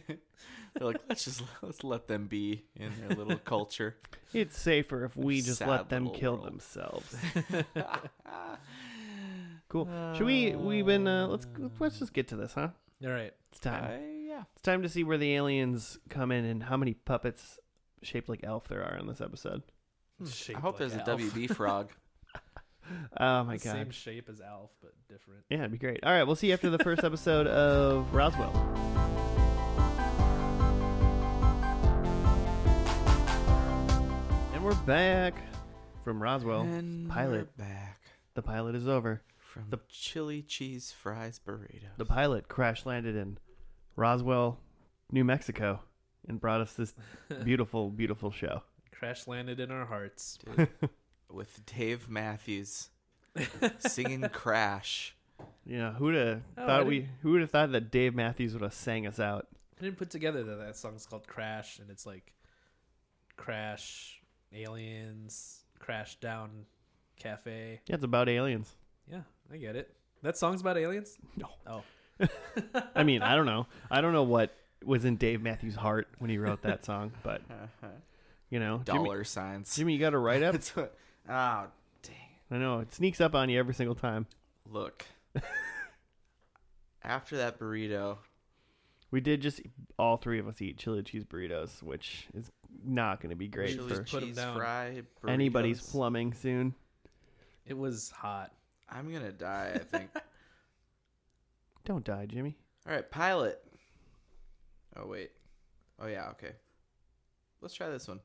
Speaker 3: like, let's just let's let them be in their little culture.
Speaker 1: it's safer if we just let
Speaker 3: Sad
Speaker 1: them
Speaker 3: little
Speaker 1: kill
Speaker 3: world.
Speaker 1: themselves.
Speaker 3: Uh,
Speaker 1: Cool. Should we? We've been. Uh, let's let's just get to this, huh?
Speaker 2: All right.
Speaker 1: It's time.
Speaker 3: Uh, yeah.
Speaker 1: It's time to see where the aliens come in and how many puppets shaped like elf there are in this episode.
Speaker 2: Shaped
Speaker 3: I hope
Speaker 2: like
Speaker 3: there's a
Speaker 2: Alf.
Speaker 3: WB frog.
Speaker 1: Oh my
Speaker 2: The Same
Speaker 1: god.
Speaker 2: shape as Alf, but different.
Speaker 1: Yeah, it'd be great. All right, we'll see you after the first episode of Roswell. And we're back from Roswell.
Speaker 3: and
Speaker 1: pilot.
Speaker 3: we're back
Speaker 1: The pilot is over.
Speaker 3: from
Speaker 1: The-
Speaker 3: the chili cheese fries burrito.
Speaker 1: The pilot crash landed in Roswell, New Mexico, and brought us this beautiful, beautiful show.
Speaker 2: Crash landed in our hearts.
Speaker 3: with Dave Matthews singing "Crash."
Speaker 1: Yeah, who'd have
Speaker 2: Oh, I
Speaker 1: thought
Speaker 2: didn't-
Speaker 1: we? Who would have thought that Dave Matthews would have sang us out?
Speaker 2: I didn't put together that that song's called Crash, and it's like Crash, aliens, Crash Down Cafe.
Speaker 1: Yeah, it's about aliens.
Speaker 2: Yeah, I get it. That song's about aliens?
Speaker 1: No.
Speaker 2: Oh.
Speaker 1: I mean, I don't know. I don't know what was in Dave Matthews' heart when he wrote that song, but you know, Jimmy,
Speaker 3: Dollar signs.
Speaker 1: Jimmy, you got to write up.
Speaker 3: That's what. Oh, dang.
Speaker 1: I know it sneaks up on you every single time.
Speaker 3: Look. After that burrito,
Speaker 1: We did just all three of us eat chili cheese burritos, which is not going to be great
Speaker 3: chili
Speaker 1: for
Speaker 2: just put 'em
Speaker 3: cheese
Speaker 2: down.
Speaker 3: fry burritos,
Speaker 1: anybody's plumbing soon.
Speaker 2: It was hot.
Speaker 3: I'm gonna die. I think.
Speaker 1: Don't die, Jimmy.
Speaker 3: All right, pilot. Oh, wait. Oh, yeah, okay. Let's try this one.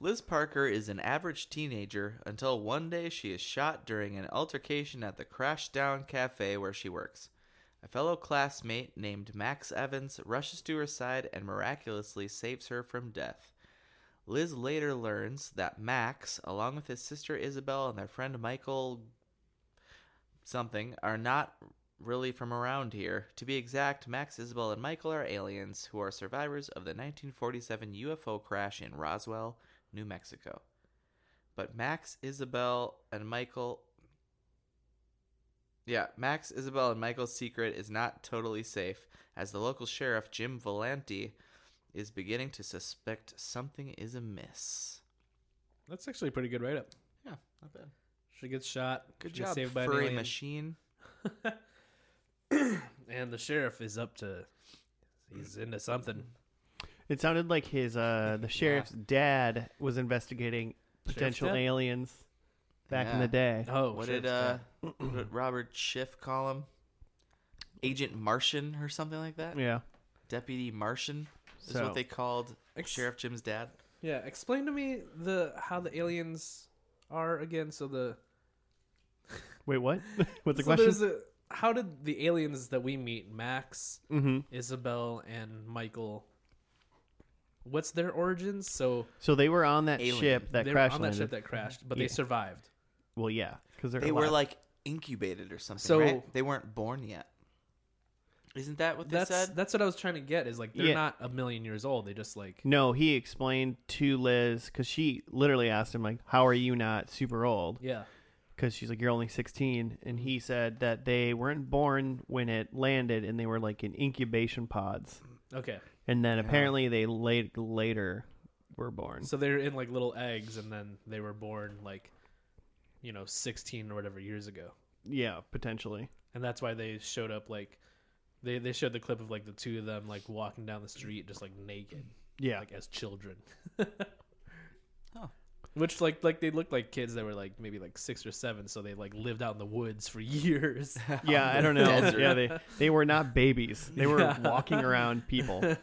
Speaker 3: Liz Parker is an average teenager until one day she is shot during an altercation at the Crashdown Cafe where she works. A fellow classmate named Max Evans rushes to her side and miraculously saves her from death. Liz later learns that Max, along with his sister Isabel and their friend Michael something, are not really from around here. To be exact, Max, Isabel, and Michael are aliens who are survivors of the 1947 UFO crash in Roswell, New Mexico. But Max, Isabel, and Michael. Yeah, Max, Isabel, and Michael's secret is not totally safe, as the local sheriff, Jim Valenti, is beginning to suspect something is amiss.
Speaker 2: That's actually a pretty good write up.
Speaker 3: Yeah, not bad.
Speaker 2: She gets shot.
Speaker 3: Good
Speaker 2: she gets
Speaker 3: job,
Speaker 2: saved by an
Speaker 3: furry
Speaker 2: alien,
Speaker 3: machine.
Speaker 2: And the sheriff is up to. He's into something.
Speaker 1: It sounded like his uh the sheriff's dad was investigating
Speaker 2: Sheriff's
Speaker 1: potential
Speaker 2: dad?
Speaker 1: aliens back in
Speaker 3: Yeah.
Speaker 1: the day.
Speaker 2: Oh,
Speaker 3: what
Speaker 2: sheriff's
Speaker 3: did uh
Speaker 2: dad.
Speaker 3: what did Robert Schiff call him? Agent Martian or something like that?
Speaker 1: Yeah.
Speaker 3: Deputy Martian is
Speaker 1: So-
Speaker 3: what they called
Speaker 2: Ex-
Speaker 3: Sheriff Jim's dad.
Speaker 2: Yeah, explain to me the how the aliens are again. So the
Speaker 1: Wait, what? What's the
Speaker 2: so
Speaker 1: question?
Speaker 2: there's a- how did the aliens that we meet, Max,
Speaker 1: mm-hmm.
Speaker 2: Isabel, and Michael, what's their origins? So
Speaker 1: So they were on that
Speaker 3: Alien.
Speaker 1: ship that
Speaker 2: they were
Speaker 1: crash
Speaker 2: on
Speaker 1: landed.
Speaker 2: that ship that crashed, but
Speaker 1: Yeah.
Speaker 2: they survived.
Speaker 1: Well, yeah, because
Speaker 3: They were like incubated or something.
Speaker 2: So-
Speaker 3: right? they weren't born yet. Isn't that what they
Speaker 2: That's
Speaker 3: said?
Speaker 2: that's what I was trying to get. Is like they're
Speaker 1: Yeah.
Speaker 2: not a million years old. They just like
Speaker 1: No, he explained to Liz because she literally asked him like, "How are you not super old?"
Speaker 2: yeah.
Speaker 1: because she's like, "You're only 16," and he said that they weren't born when it landed, and they were like in incubation pods,
Speaker 2: Okay.
Speaker 1: and then
Speaker 3: Yeah.
Speaker 1: apparently they late later were born.
Speaker 2: So they're in like little eggs, and then they were born like, you know, sixteen or whatever years ago,
Speaker 1: Yeah, potentially.
Speaker 2: and that's why they showed up like, they they showed the clip of like the two of them like walking down the street just like naked,
Speaker 1: Yeah,
Speaker 2: like as children.
Speaker 3: Huh.
Speaker 2: Which like like they looked like kids that were like maybe like six or seven, so they like lived out in the woods for years.
Speaker 1: yeah. I don't know.
Speaker 3: Desert.
Speaker 1: Yeah, they they were not babies. They were
Speaker 2: Yeah.
Speaker 1: walking around people,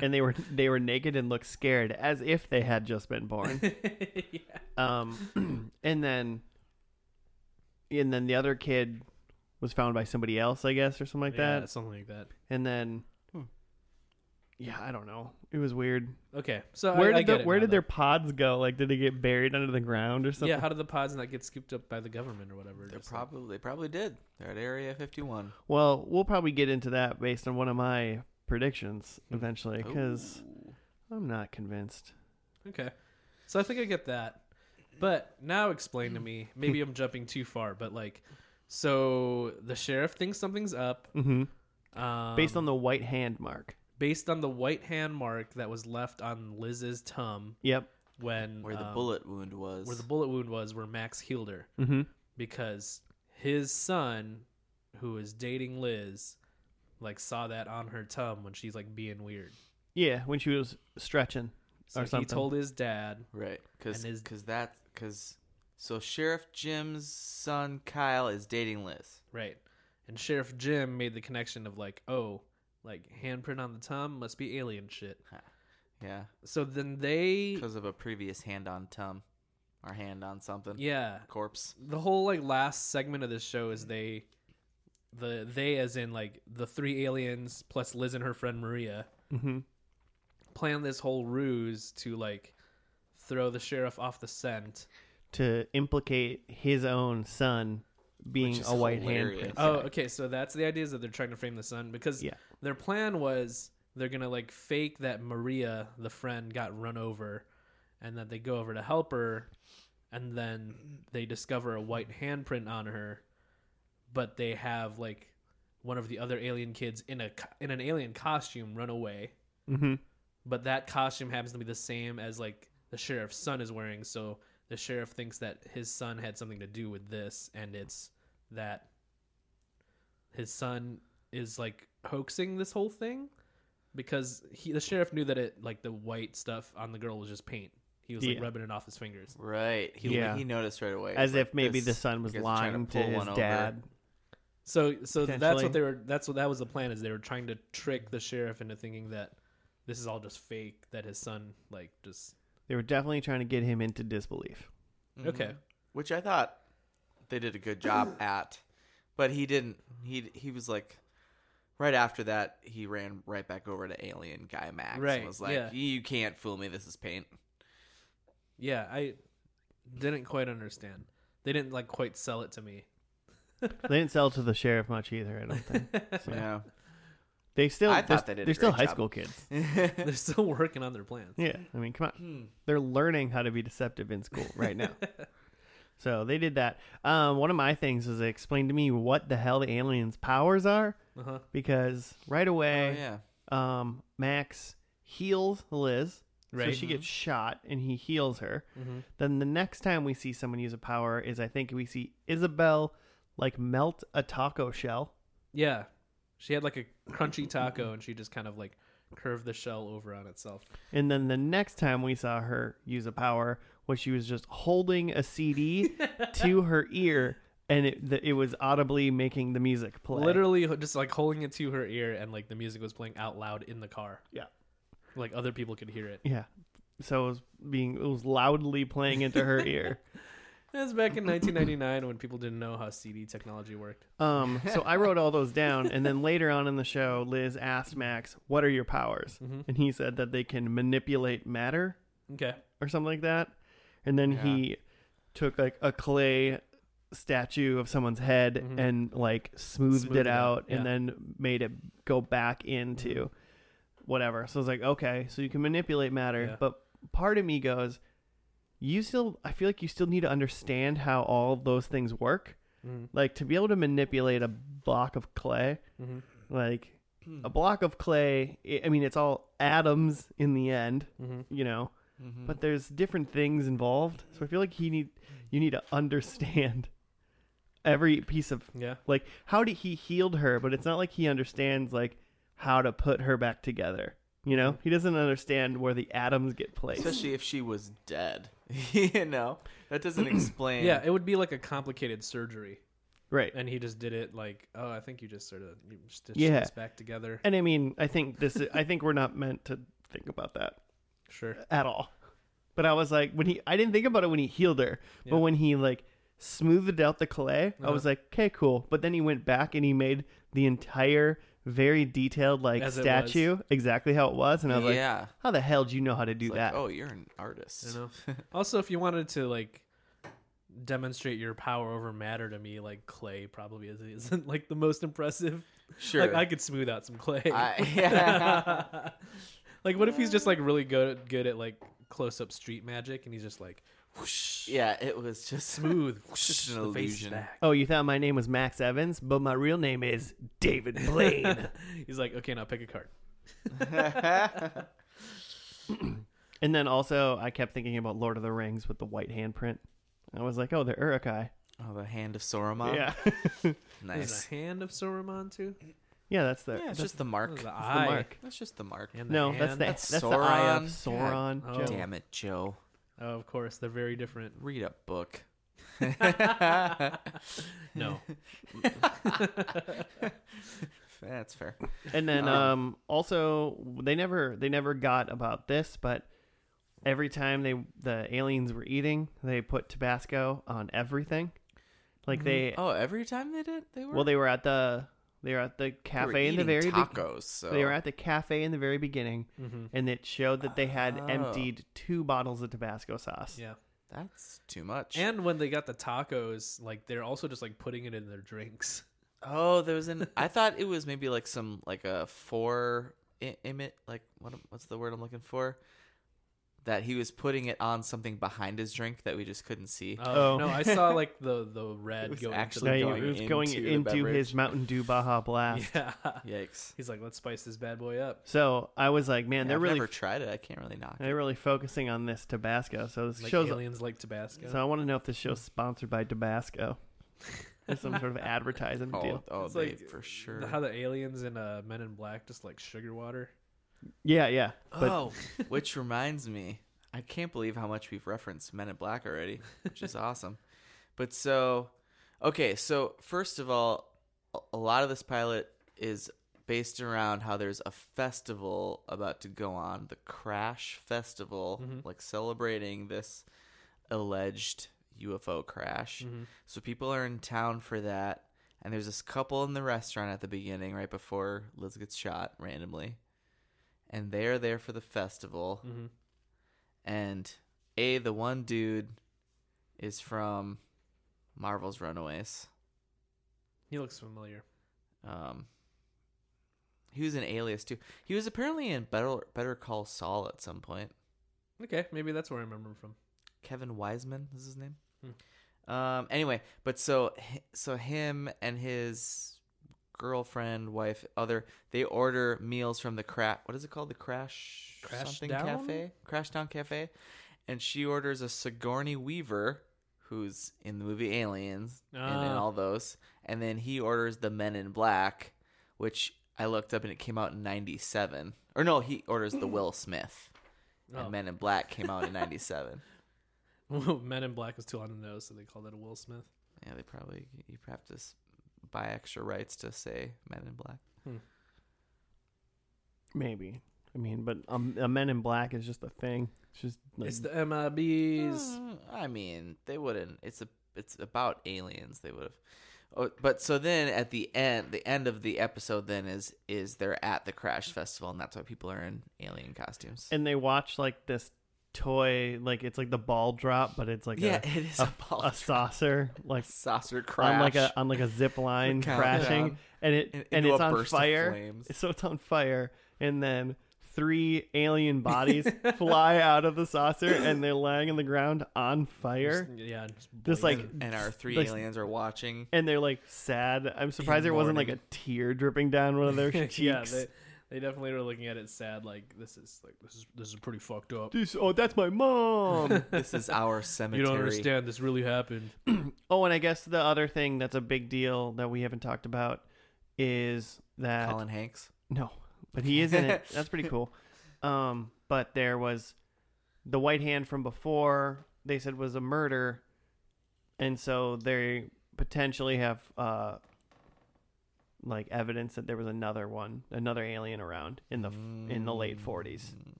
Speaker 1: and they were they were naked and looked scared as if they had just been born.
Speaker 2: yeah.
Speaker 1: Um, and then, and then the other kid was found by somebody else, I guess, or something like
Speaker 2: Yeah,
Speaker 1: that.
Speaker 2: something like that.
Speaker 1: And then,
Speaker 3: Hmm.
Speaker 1: yeah, I don't know. It was weird.
Speaker 2: Okay, so
Speaker 1: where
Speaker 2: I, I
Speaker 1: did
Speaker 2: get
Speaker 1: the,
Speaker 2: it
Speaker 1: where
Speaker 2: now,
Speaker 1: did
Speaker 2: though.
Speaker 1: their pods go? Like, did they get buried under the ground or something?
Speaker 2: yeah? How did the pods not get scooped up by the government or whatever?
Speaker 3: They
Speaker 2: Just, like-
Speaker 3: probably they probably did. They're at Area 51.
Speaker 1: Well, we'll probably get into that based on one of my predictions
Speaker 2: Hmm. Oh.
Speaker 1: eventually, because
Speaker 3: Ooh.
Speaker 1: I'm not convinced.
Speaker 2: Okay. So I think I get that. But now explain to me, maybe I'm jumping too far, but like so the sheriff thinks something's up.
Speaker 1: hmm
Speaker 2: Um,
Speaker 1: based on the white hand mark.
Speaker 2: based on the white hand mark that was left on Liz's tum
Speaker 1: Yep.
Speaker 2: when
Speaker 3: where the
Speaker 2: um,
Speaker 3: bullet wound was.
Speaker 2: where the bullet wound was where Max healed her
Speaker 1: Mm-hmm.
Speaker 2: because his son who is dating Liz like saw that on her tum when she's like being weird.
Speaker 1: Yeah, when she was stretching.
Speaker 2: So
Speaker 1: Or
Speaker 2: he
Speaker 1: something.
Speaker 2: told his dad
Speaker 3: right, because
Speaker 2: and his-
Speaker 3: that because so Sheriff Jim's son Kyle is dating Liz.
Speaker 2: Right. And Sheriff Jim made the connection of like, oh, like handprint on the tum must be alien shit.
Speaker 3: Yeah,
Speaker 2: So then they
Speaker 3: because of a previous hand on Tom, or hand on something
Speaker 2: Yeah.
Speaker 3: corpse.
Speaker 2: The whole like last segment of this show is they the they as in like the three aliens plus Liz and her friend Maria
Speaker 1: Mm-hmm.
Speaker 2: plan this whole ruse to like throw the sheriff off the scent.
Speaker 1: to implicate his own son being
Speaker 3: is
Speaker 1: a white
Speaker 3: hilarious.
Speaker 1: handprint.
Speaker 2: Oh, okay. So that's the idea is that they're trying to frame the son because
Speaker 1: Yeah.
Speaker 2: their plan was they're gonna like fake that Maria, the friend, got run over, and that they go over to help her, and then they discover a white handprint on her, but they have like one of the other alien kids in a co- in an alien costume run away,
Speaker 1: Mm-hmm.
Speaker 2: but that costume happens to be the same as like the sheriff's son is wearing, so the sheriff thinks that his son had something to do with this, and it's that his son is like hoaxing this whole thing because he, the sheriff knew that it like the white stuff on the girl was just paint. He was like
Speaker 1: Yeah.
Speaker 2: rubbing it off his fingers.
Speaker 3: Right. He
Speaker 1: Yeah.
Speaker 3: he noticed right away.
Speaker 1: As
Speaker 3: Like,
Speaker 1: if maybe
Speaker 3: this-
Speaker 1: the son was
Speaker 3: you guys are trying
Speaker 1: lying to,
Speaker 3: pull
Speaker 1: his
Speaker 3: one over.
Speaker 1: dad.
Speaker 2: So so that's
Speaker 1: Potentially.
Speaker 2: what they were. That's what that was the plan is they were trying to trick the sheriff into thinking that this is all just fake. That his son like just
Speaker 1: They were definitely trying to get him into disbelief.
Speaker 3: Mhm.
Speaker 2: okay.
Speaker 3: which I thought they did a good job at, but he didn't. He he was like, right after that, he ran right back over to Alien Guy Max
Speaker 2: Right,
Speaker 3: and was like,
Speaker 2: yeah.
Speaker 3: "You can't fool me. This is paint."
Speaker 2: Yeah, I didn't quite understand. They didn't like quite sell it to me.
Speaker 1: they didn't sell to the sheriff much either. I don't think
Speaker 3: So, yeah.
Speaker 1: they still
Speaker 3: I
Speaker 1: they're,
Speaker 3: thought they did a
Speaker 1: are still
Speaker 3: great
Speaker 1: high
Speaker 3: job.
Speaker 1: school kids.
Speaker 3: Oh,
Speaker 2: They're still working on their plans.
Speaker 1: Yeah, I mean, come on,
Speaker 3: Hmm.
Speaker 1: they're learning how to be deceptive in school right now. so they did that. Um, one of my things is they explained to me what the hell the aliens' powers are
Speaker 2: Uh-huh.
Speaker 1: because right away.
Speaker 3: Oh yeah.
Speaker 1: um, Max heals Liz. So
Speaker 2: Right. Mm-hmm.
Speaker 1: she gets shot and he heals her. Then the next time we see someone use a power is I think we see Isabel like melt a taco shell.
Speaker 2: Yeah. She had like a crunchy taco and she just kind of like curved the shell over on itself.
Speaker 1: And then the next time we saw her use a power was she was just holding a CD to her ear and it, the, it was audibly making the music play.
Speaker 2: Literally just like holding it to her ear and like the music was playing out loud in the car.
Speaker 1: Yeah.
Speaker 2: Like other people could hear it.
Speaker 1: Yeah. So it was being it was loudly playing into her ear.
Speaker 2: That was back in 1999 when people didn't know how CD technology worked.
Speaker 1: Um, so I wrote all those down, and then later on in the show, Liz asked Max, "What are your powers?"
Speaker 2: Mhm.
Speaker 1: And he said that they can manipulate matter
Speaker 2: Okay.
Speaker 1: or something like that. And then
Speaker 3: Yeah.
Speaker 1: he took like a clay statue of someone's head
Speaker 2: Mhm.
Speaker 1: and like smoothed,
Speaker 2: Smoothed
Speaker 1: it
Speaker 2: it out,
Speaker 1: out, and
Speaker 2: yeah.
Speaker 1: then made it go back into whatever. So I was like, okay, so you can manipulate matter,
Speaker 2: Mm-hmm. Yeah.
Speaker 1: but part of me goes, you still I feel like you still need to understand how all those things work. Like to be able to manipulate a block of clay,
Speaker 2: Mhm.
Speaker 1: Mm-hmm. like
Speaker 3: Hmm.
Speaker 1: a block of clay, i I mean it's all atoms in the end, you know,
Speaker 3: Mm-hmm. Hmm.
Speaker 1: but there's different things involved. So I feel like he need you need to understand every piece of
Speaker 2: Yeah.
Speaker 1: like how did he healed her but it's not like he understands like how to put her back together you know he doesn't understand where the atoms get placed
Speaker 3: especially if she was dead. you know, that doesn't explain.
Speaker 2: Yeah, it would be like a complicated surgery,
Speaker 1: right
Speaker 2: and he just did it like, oh, I think you just sort of you stitched
Speaker 1: Yeah.
Speaker 2: this back together.
Speaker 1: and i mean i think this is, i think we're not meant to think about that
Speaker 2: Sure.
Speaker 1: at all but i was like when he i didn't think about it when he healed her but
Speaker 2: Yeah.
Speaker 1: when he like smoothed out the clay i
Speaker 2: Uh-huh.
Speaker 1: was like okay cool but then he went back and he made the entire very detailed like
Speaker 2: As it was.
Speaker 1: statue exactly how it was and i was like
Speaker 3: yeah.
Speaker 1: how the hell do you know how to do
Speaker 3: It's like,
Speaker 1: that
Speaker 3: oh, you're an artist.
Speaker 2: You know. also, if you wanted to like demonstrate your power over matter to me, like clay probably is- isn't like the most impressive.
Speaker 3: Sure.
Speaker 2: Like I could smooth out some clay.
Speaker 3: I- yeah.
Speaker 2: like what if he's just like really good good at like close up street magic, and he's just like whoosh,
Speaker 3: yeah, it was just Oh,
Speaker 2: smooth, whoosh,
Speaker 3: It's just an
Speaker 2: the face is
Speaker 3: illusion.
Speaker 2: back.
Speaker 1: Oh, you thought my name was Max Evans, but my real name is David Blaine.
Speaker 2: he's like, okay, now pick a card.
Speaker 1: and then also, I kept thinking about Lord of the Rings with the white handprint. I was like, oh, they're Urukai.
Speaker 3: oh, the hand of
Speaker 2: Uh-huh.
Speaker 3: Saruman.
Speaker 1: Yeah.
Speaker 2: There's
Speaker 3: Nice.
Speaker 2: a hand of Saruman too.
Speaker 1: yeah, that's the,
Speaker 3: Yeah, it's
Speaker 1: that's
Speaker 3: just the
Speaker 2: Oh,
Speaker 3: mark.
Speaker 2: the
Speaker 1: the
Speaker 2: eye.
Speaker 1: mark.
Speaker 3: That's just the mark.
Speaker 2: And the
Speaker 1: No, that's
Speaker 2: hand.
Speaker 1: the,
Speaker 3: That's
Speaker 1: that's the eye of
Speaker 3: Sauron.
Speaker 1: Sauron.
Speaker 2: God.
Speaker 1: Joe.
Speaker 2: Oh.
Speaker 3: Damn it, Joe.
Speaker 2: Oh, of course, they're very different.
Speaker 3: Read a book.
Speaker 2: No.
Speaker 3: That's fair.
Speaker 1: And then
Speaker 3: Um,
Speaker 1: um, also, they never they never got about this, but every time they the aliens were eating, they put Tabasco on everything. Like they,
Speaker 3: Oh, every time they did, they were.
Speaker 1: well, they were at the they were at the
Speaker 3: Oh, they were
Speaker 1: cafe in the
Speaker 3: eating
Speaker 1: very be-
Speaker 3: tacos. so
Speaker 1: They were at the cafe in the very beginning,
Speaker 3: Mm-hmm.
Speaker 2: Mhm.
Speaker 1: and it showed that they had
Speaker 3: Oh.
Speaker 1: emptied two bottles of Tabasco sauce.
Speaker 2: Yeah.
Speaker 3: That's too much.
Speaker 2: And when they got the tacos, like they're also just like putting it in their drinks.
Speaker 3: oh, there was an. I thought it was maybe like some like a four i- imit like what am- what's the word I'm looking for? That he was putting it on something behind his drink that we just couldn't see.
Speaker 1: Oh.
Speaker 2: Oh no, I saw like the the
Speaker 3: It
Speaker 2: red
Speaker 3: was
Speaker 2: go
Speaker 1: No,
Speaker 3: actually
Speaker 2: into
Speaker 1: he
Speaker 2: the
Speaker 3: going
Speaker 1: it was going
Speaker 3: into the
Speaker 1: into
Speaker 3: beverage.
Speaker 1: his Mountain Dew Baja Blast.
Speaker 2: Yeah.
Speaker 3: Yikes!
Speaker 2: He's like, let's spice this bad boy up.
Speaker 1: So I was like, man,
Speaker 3: And
Speaker 1: they're
Speaker 3: I've
Speaker 1: really
Speaker 3: never tried it. I can't really knock it.
Speaker 1: they're really focusing on this Tabasco. So this
Speaker 2: Like
Speaker 1: shows.
Speaker 2: aliens like Tabasco.
Speaker 1: So I want to know if this show's sponsored by Tabasco. There's some sort of advertising
Speaker 3: Oh,
Speaker 1: deal.
Speaker 3: oh
Speaker 2: It's
Speaker 3: they
Speaker 2: like
Speaker 3: for sure.
Speaker 2: How the aliens in uh, Men in Black just like sugar water.
Speaker 1: Yeah, yeah. But
Speaker 3: oh, which reminds me, I can't believe how much we've referenced Men in Black already, which is awesome. But so, okay, so first of all, a- a lot of this pilot is based around how there's a festival about to go on, the Crash Festival, like celebrating this alleged UFO crash.
Speaker 1: Mm-hmm.
Speaker 3: So people are in town for that. And there's this couple in the restaurant at the beginning, right before Liz gets shot randomly and they are there for the festival.
Speaker 1: Mm-hmm.
Speaker 2: Mhm.
Speaker 3: And a the one dude is from Marvel's Runaways.
Speaker 2: He looks familiar.
Speaker 3: Um, he was an alias too. He was apparently in Better Better Call Saul at some point.
Speaker 2: Okay, maybe that's where I remember him from.
Speaker 3: Kevin Wiseman is his name.
Speaker 2: Hmm.
Speaker 3: Um, anyway, but so hi- so him and his girlfriend, wife, other they order meals from the crash. What is it called? The crash
Speaker 2: Crash
Speaker 3: something
Speaker 2: Down?
Speaker 3: cafe, crash down cafe, and she orders a Sigourney Weaver, who's in the movie Aliens and in
Speaker 2: Ah.
Speaker 3: all those, and then he orders the Men in Black, which I looked up and it came out in '97. Or no, he orders the Will Smith, and
Speaker 2: Oh.
Speaker 3: Men in Black came out in '97.
Speaker 2: Men in Black was too on the nose, so they called it a Will Smith.
Speaker 3: Yeah, they probably you have to s- buy extra rights to say Men in Black.
Speaker 1: maybe. I mean, but um, a Men in Black is just a thing. It's just like,
Speaker 2: it's the MIBs.
Speaker 3: Mm, I mean, they wouldn't. It's a it's about aliens. They would have. Oh, but so then at the end, the end of the episode then is is they're at the crash festival, and that's why people are in alien costumes.
Speaker 1: and they watch like this toy, like it's like the ball drop, but it's like
Speaker 3: yeah,
Speaker 1: a,
Speaker 3: it is
Speaker 1: a-
Speaker 3: a, ball
Speaker 1: a saucer like
Speaker 3: saucer crash
Speaker 1: on like a on like a zip line
Speaker 3: Countdown.
Speaker 1: crashing and it
Speaker 3: In-
Speaker 1: and
Speaker 3: into
Speaker 1: it's
Speaker 3: a
Speaker 1: on
Speaker 3: burst of
Speaker 1: fire
Speaker 3: flames.
Speaker 1: so it's on fire and then three alien bodies fly out of the saucer and they're lying on the ground on fire.
Speaker 2: Just- yeah,
Speaker 1: Just
Speaker 2: blaze
Speaker 1: like
Speaker 2: it.
Speaker 3: and our three
Speaker 1: like-
Speaker 3: aliens are watching.
Speaker 1: and they're like sad. I'm surprised there wasn't like a
Speaker 3: mourning.
Speaker 1: tear dripping down one of their cheeks.
Speaker 2: yeah, they, they definitely were looking at it sad. Like this is like this is this is pretty fucked up.
Speaker 1: This- oh, that's my mom.
Speaker 3: This is our
Speaker 2: You
Speaker 3: cemetery.
Speaker 2: don't understand. This really happened.
Speaker 1: oh, and I guess the other thing that's a big deal that we haven't talked about is that
Speaker 3: Colin Hanks.
Speaker 1: no, but he is in it. That's pretty cool. Um, but there was the white hand from before. They said was a murder, and so they potentially have uh, like evidence that there was another one, another alien around in the in the late forties.
Speaker 3: Mm,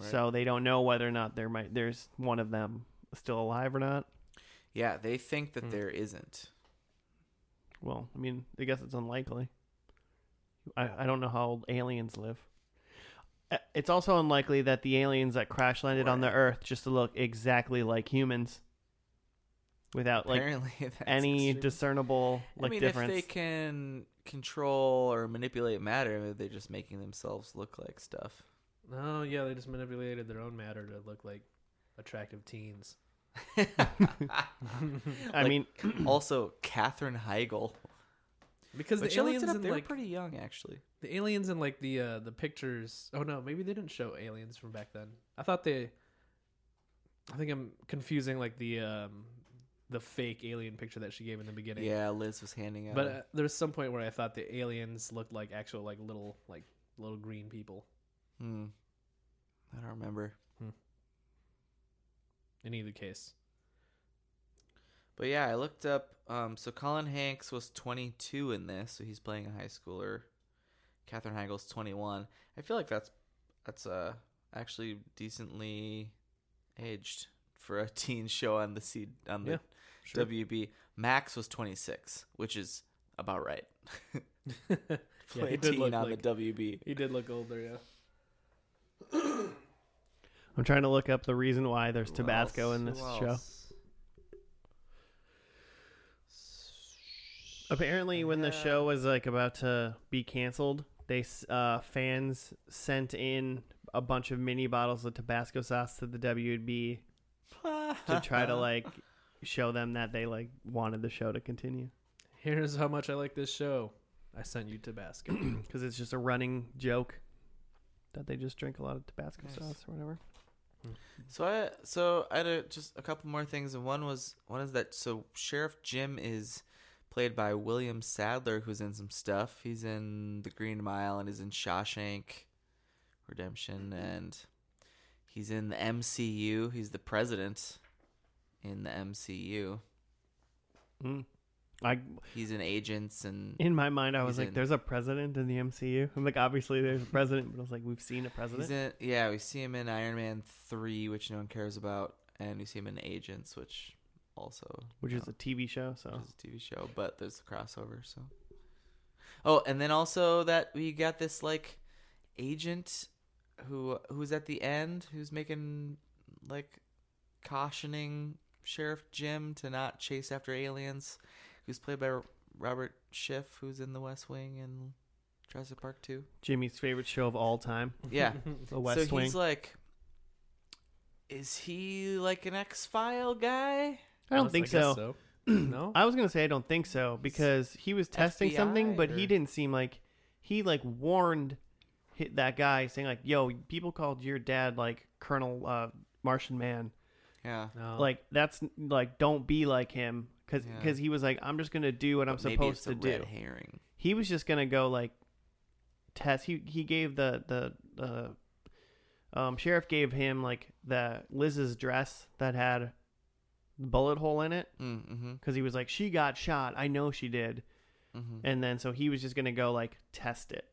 Speaker 3: Right.
Speaker 1: So they don't know whether or not there might there's one of them still alive or not.
Speaker 3: Yeah, they think that
Speaker 2: Mm.
Speaker 3: there isn't.
Speaker 1: Well, I mean, I guess it's unlikely. I, I don't know how old aliens live. Uh, It's also unlikely that the aliens that crash landed on the
Speaker 3: Right.
Speaker 1: Earth just to look exactly like humans, without like
Speaker 3: Apparently, that's
Speaker 1: any
Speaker 3: extreme.
Speaker 1: discernible
Speaker 3: I
Speaker 1: like
Speaker 3: mean,
Speaker 1: difference.
Speaker 3: if they can control or manipulate matter, they're just making themselves look like stuff.
Speaker 2: Oh yeah, they just manipulated their own matter to look like attractive teens.
Speaker 1: I
Speaker 3: like-
Speaker 1: mean,
Speaker 3: also, Katherine Heigl.
Speaker 2: Because
Speaker 3: But
Speaker 2: the
Speaker 3: she looked
Speaker 2: aliens
Speaker 3: it up.
Speaker 2: in
Speaker 3: They were
Speaker 2: like
Speaker 3: pretty young, actually.
Speaker 2: the aliens in like the uh, the pictures. Oh no, maybe they didn't show aliens from back then. I thought they. I think I'm confusing like the um the fake alien picture that she gave in the beginning.
Speaker 3: Yeah, Liz was handing out.
Speaker 2: But
Speaker 3: a-
Speaker 2: uh, there's some point where I thought the aliens looked like actual like little like little green people.
Speaker 3: hmm. I don't remember.
Speaker 2: In either case,
Speaker 3: But yeah, I looked up. Um, so Colin Hanks was 22 in this, so he's playing a high schooler. Katherine Heigl's 21. I feel like that's that's uh actually decently aged for a teen show on the C on the
Speaker 2: Yeah, sure.
Speaker 3: WB. Max was 26, which is about right.
Speaker 2: Yeah,
Speaker 3: Play
Speaker 2: he
Speaker 3: a
Speaker 2: did
Speaker 3: teen
Speaker 2: look
Speaker 3: on
Speaker 2: like-
Speaker 3: the WB.
Speaker 2: he did look older. Yeah.
Speaker 1: I'm trying to look up the reason why there's
Speaker 3: Who
Speaker 1: Tabasco
Speaker 3: else?
Speaker 1: in
Speaker 3: Who
Speaker 1: this show.
Speaker 3: else?
Speaker 1: Apparently, when the
Speaker 3: Yeah.
Speaker 1: show was like about to be canceled, they s- uh, fans sent in a bunch of mini bottles of Tabasco sauce to the WB
Speaker 3: uh,
Speaker 1: to try to like show them that they like wanted the show to continue
Speaker 2: Here's how much I like this show. I sent you Tabasco.
Speaker 1: because it's just a running joke that they just drink a lot of Tabasco
Speaker 3: Nice.
Speaker 1: sauce or whatever.
Speaker 3: So I so I had a, just a couple more things, and one was one is that so Sheriff Jim is played by William Sadler, who's in some stuff. He's in The Green Mile and is in Shawshank Redemption,
Speaker 1: Mm-hmm.
Speaker 3: and he's in the MCU. He's the president in the MCU. Hmm.
Speaker 1: Mm. I
Speaker 3: He's in Agents and
Speaker 1: in my mind I was
Speaker 3: He's
Speaker 1: like,
Speaker 3: in-
Speaker 1: "There's a president in the MCU." I'm like, obviously there's a president, but I was like, "We've seen a
Speaker 3: he's
Speaker 1: president."
Speaker 3: in yeah. We see him in Iron Man three, which no one cares about, and we see him in Agents, which also
Speaker 1: Which is a TV show, so
Speaker 3: which is a TV show, but there's a crossover. So, oh, and then also that we got this like agent who who's at the end who's making like cautioning Sheriff Jim to not chase after aliens, who's played by Robert Schiff, who's in The West Wing and Jurassic Park Two.
Speaker 1: Jimmy's favorite show of all time,
Speaker 3: Yeah,
Speaker 1: The West
Speaker 3: so
Speaker 1: Wing.
Speaker 3: he's like, is he like an X File guy?
Speaker 1: I don't
Speaker 2: Honest,
Speaker 1: think
Speaker 2: guess
Speaker 1: so.
Speaker 2: no.
Speaker 1: I was gonna say I don't think so because he was testing
Speaker 3: FBI
Speaker 1: something, but he
Speaker 3: or-
Speaker 1: didn't seem like he like warned hit that guy saying like, "Yo, people called your dad like Colonel uh, Martian Man.
Speaker 3: Yeah.
Speaker 2: No.
Speaker 1: Like that's like don't be like him because
Speaker 3: Oh. Yeah.
Speaker 1: he was like, I'm just gonna do what I'm
Speaker 3: But maybe
Speaker 1: supposed
Speaker 3: it's
Speaker 1: to
Speaker 3: a
Speaker 1: do.
Speaker 3: red herring.
Speaker 1: He was just gonna go like test. He he gave the the uh, um, sheriff gave him like the Liz's dress that had bullet hole in it
Speaker 3: Mm-hmm.
Speaker 1: because he was like, she got shot. I know she did.
Speaker 3: Mm-hmm.
Speaker 1: and then so he was just gonna go like test it.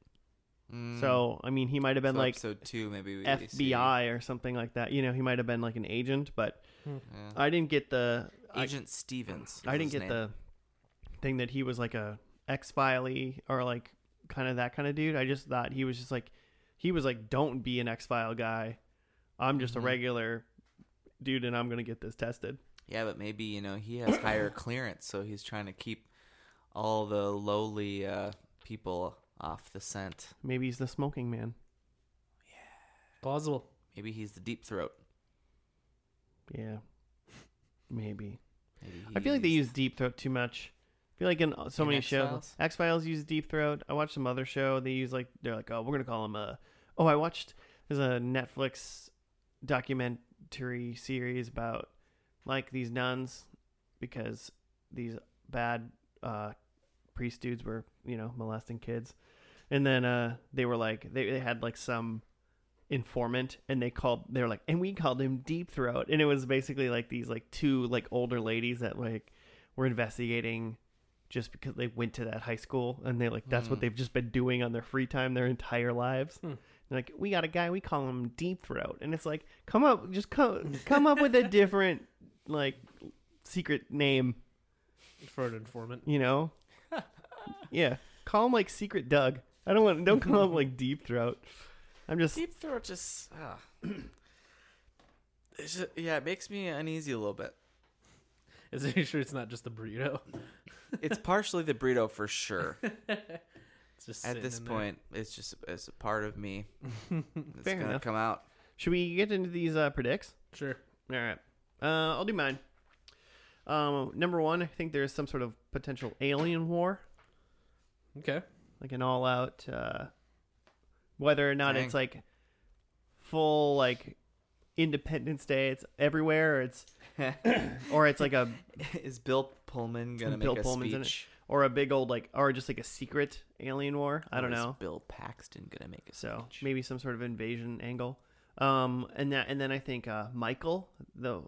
Speaker 3: Mm.
Speaker 1: So I mean, he might have been
Speaker 3: So
Speaker 1: like
Speaker 3: episode two, maybe we see-
Speaker 1: FBI or something like that. You know, he might have been like an agent, but
Speaker 3: Yeah.
Speaker 1: I didn't get the Uh, I,
Speaker 3: Agent Stevens.
Speaker 1: I
Speaker 3: is
Speaker 1: didn't
Speaker 3: his
Speaker 1: get
Speaker 3: name.
Speaker 1: the thing that he was like a ex filey or like kind of that kind of dude. I just thought he was just like he was like, don't be an X file guy. I'm just
Speaker 3: Mhm.
Speaker 1: a regular dude, and I'm gonna get this tested.
Speaker 3: Yeah, but maybe you know he has higher clearance, so he's trying to keep all the lowly uh, people off the scent.
Speaker 1: Maybe he's the smoking man.
Speaker 2: plausible.
Speaker 3: Maybe he's the deep throat.
Speaker 1: Yeah, maybe.
Speaker 3: Maybe
Speaker 1: I feel like they
Speaker 3: he's-
Speaker 1: use Deep Throat too much. I feel like in uh, so
Speaker 3: In
Speaker 1: many
Speaker 3: X-Files?
Speaker 1: shows, X Files use Deep Throat. I watched some other show. They use like they're like, oh, we're gonna call him a. Oh, I watched there's a Netflix documentary series about like these nuns because these bad uh, priest dudes were you know molesting kids, and then uh, they were like they, they had like some informant and they called they were like and we called him deep throat and it was basically like these like two like older ladies that like were investigating just because they went to that high school and they like that's what
Speaker 3: Hmm.
Speaker 1: they've just been doing on their free time their entire lives
Speaker 2: Hmm.
Speaker 1: They're like we got a guy we call him deep throat and it's like come up just come come up with a different like secret name
Speaker 2: for an informant.
Speaker 1: you know yeah call him like secret doug i don't want don't call him like deep throat i'm just
Speaker 3: deep throat. Just ah. It's ju- yeah, it makes me uneasy a little bit.
Speaker 2: Is he sure it's not just the burrito?
Speaker 3: It's partially the burrito for sure.
Speaker 2: It's just
Speaker 3: At
Speaker 2: sitting
Speaker 3: this
Speaker 2: in there.
Speaker 3: point, it's just it's a part of me. It's
Speaker 1: Fair
Speaker 3: gonna
Speaker 1: enough.
Speaker 3: come out.
Speaker 1: Should we get into these uh, predicts?
Speaker 2: Sure.
Speaker 1: All right. Uh, I'll do mine. Um, number one, I think there's some sort of potential alien war,
Speaker 2: Okay.
Speaker 1: like an all-out. Uh, whether or not
Speaker 3: Dang.
Speaker 1: it's like full like Independence Day, it's everywhere. Or it's or it's like a
Speaker 3: Is Bill Pullman gonna
Speaker 1: Bill
Speaker 3: make a
Speaker 1: Pullman's in it.
Speaker 3: speech?
Speaker 1: or a big old like or just like a secret alien war. I don't
Speaker 3: Or is
Speaker 1: know.
Speaker 3: Bill Paxton gonna make a speech?
Speaker 1: So maybe some sort of invasion angle. Um, and that, and then I think uh, Michael, the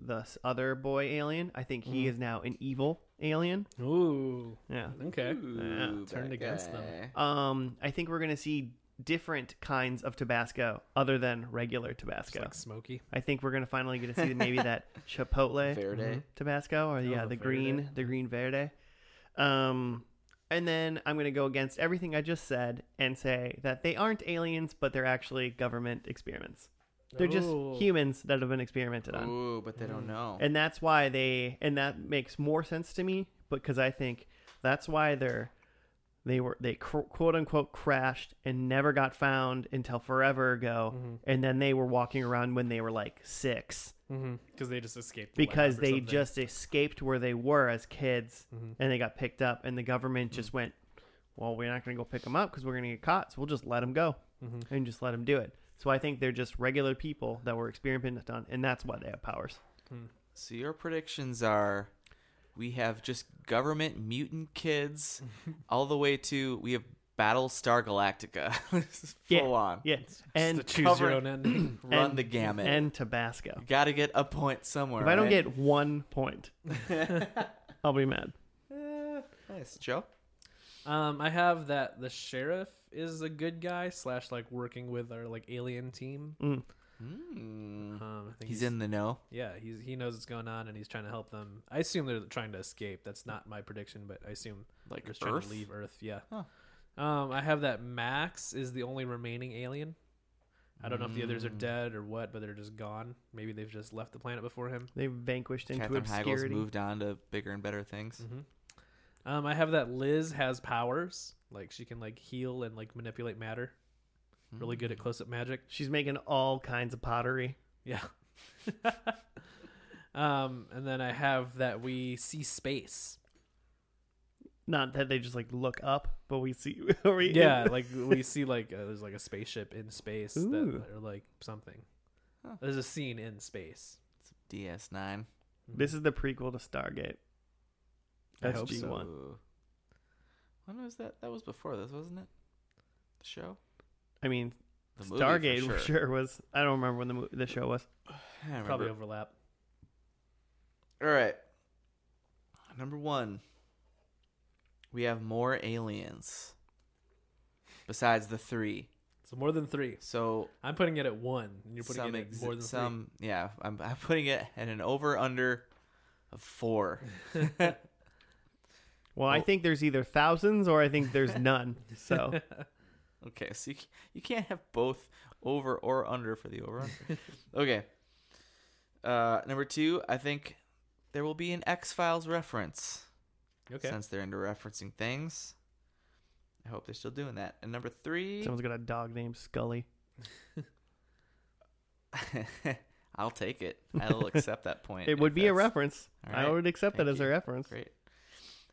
Speaker 1: the s- other boy alien, I think he is now an evil alien.
Speaker 2: Ooh.
Speaker 1: Yeah.
Speaker 2: Okay.
Speaker 3: Ooh,
Speaker 2: Turned
Speaker 3: that
Speaker 2: against
Speaker 3: guy.
Speaker 2: them.
Speaker 1: Um, I think we're gonna see different kinds of Tabasco other than regular
Speaker 2: It's
Speaker 1: Tabasco.
Speaker 2: like smoky.
Speaker 1: I think we're gonna finally get to see maybe that Chipotle
Speaker 3: Verde.
Speaker 1: Tabasco or yeah,
Speaker 2: the
Speaker 1: the green,
Speaker 2: verde.
Speaker 1: the green verde. Um, and then I'm gonna go against everything I just said and say that they aren't aliens, but they're actually government experiments. They're
Speaker 2: Oh.
Speaker 1: just humans that have been experimented on, Mm-hmm.
Speaker 3: Ooh, but they don't know.
Speaker 1: and that's why they and that makes more sense to me because I think that's why they're they were they cr- quote unquote crashed and never got found until forever ago,
Speaker 2: Mm. Mm-hmm.
Speaker 1: and then they were walking around when they were like six
Speaker 2: Because Mm-hmm. they just escaped. the
Speaker 1: because
Speaker 2: lab or
Speaker 1: they
Speaker 2: something.
Speaker 1: just escaped where they were as kids
Speaker 3: Mm-hmm.
Speaker 1: and they got picked up and the government just went well we're not going to go pick them up because we're going to get caught so we'll just let them go
Speaker 3: Mm-hmm.
Speaker 1: and just let them do it so i think they're just regular people that were experimented on and that's why they have powers
Speaker 3: So your predictions are we have just government mutant kids all the way to we have Battlestar Galactica. This is full
Speaker 1: Yeah.
Speaker 3: on.
Speaker 1: yeah
Speaker 2: Just
Speaker 1: and
Speaker 2: to choose
Speaker 3: cover-
Speaker 2: your own end.
Speaker 3: Run
Speaker 1: and-
Speaker 3: the gamut.
Speaker 1: and tabasco
Speaker 3: you gotta get a point somewhere.
Speaker 1: if i don't
Speaker 3: right?
Speaker 1: get one point i'll be mad
Speaker 3: nice, Joe.
Speaker 2: um, I have that the sheriff is a good guy slash like working with our like alien team.
Speaker 1: Mm.
Speaker 3: Mm.
Speaker 2: Um, I think
Speaker 3: He's in the know.
Speaker 2: Yeah, he's he knows what's going on and he's trying to help them. I assume they're trying to escape. That's not my prediction, but I assume
Speaker 3: Like
Speaker 2: they're just trying
Speaker 3: Earth.
Speaker 2: to leave Earth. Yeah.
Speaker 3: Huh.
Speaker 2: Um, I have that Max is the only remaining alien. I don't know if the others are
Speaker 3: Mm.
Speaker 2: dead or what, but they're just gone. Maybe they've just left the planet before him.
Speaker 1: they vanquished into
Speaker 3: Catherine Hagel's
Speaker 1: obscurity
Speaker 3: moved on to bigger and better things.
Speaker 2: Mm-hmm. Um, I have that Liz has powers, like she can like heal and like manipulate matter.
Speaker 1: Mm-hmm.
Speaker 2: Really
Speaker 3: Hmm.
Speaker 2: good
Speaker 3: Mm.
Speaker 2: at close up magic.
Speaker 1: she's making all kinds of pottery
Speaker 2: Yeah. um, and then I have that we see space.
Speaker 1: not that they just like look up but we see are we
Speaker 2: yeah like we see like uh, there's like a spaceship in space
Speaker 1: Ooh.
Speaker 2: that, or like something
Speaker 3: Huh.
Speaker 2: there's a scene in space
Speaker 3: DS9.
Speaker 1: This is the prequel to Stargate.
Speaker 2: I
Speaker 1: That's
Speaker 2: hope
Speaker 1: G
Speaker 2: so.
Speaker 1: one.
Speaker 3: When was that? That was before this, wasn't it? The show?
Speaker 1: I mean,
Speaker 3: The movie, for
Speaker 1: Stargate sure. was. I don't remember when the mo- the show was.
Speaker 3: I remember.
Speaker 2: probably overlap
Speaker 3: All right. Number one, we have more aliens besides the three.
Speaker 2: so more than three
Speaker 3: So
Speaker 2: i'm putting it at one and you're putting
Speaker 3: some,
Speaker 2: it at
Speaker 3: exi-
Speaker 2: more than
Speaker 3: some, yeah, I'm, I'm putting it at an over under of four.
Speaker 1: Well, I
Speaker 3: Well-
Speaker 1: think there's either thousands or I think there's none. So
Speaker 3: Okay, so you, c- you can't have both over or under for the over under. okay. Uh, number two, I think there will be an X Files reference.
Speaker 2: three okay
Speaker 3: Since they're into referencing things, I hope they're still doing that. And number three,
Speaker 1: someone's got a dog named Scully.
Speaker 3: I'll take it. I'll accept that point.
Speaker 1: It
Speaker 3: if
Speaker 1: would be a
Speaker 3: that's-
Speaker 1: reference.
Speaker 3: All
Speaker 1: I
Speaker 3: right.
Speaker 1: would accept that
Speaker 3: Thank
Speaker 1: as a
Speaker 3: you.
Speaker 1: reference.
Speaker 3: Great.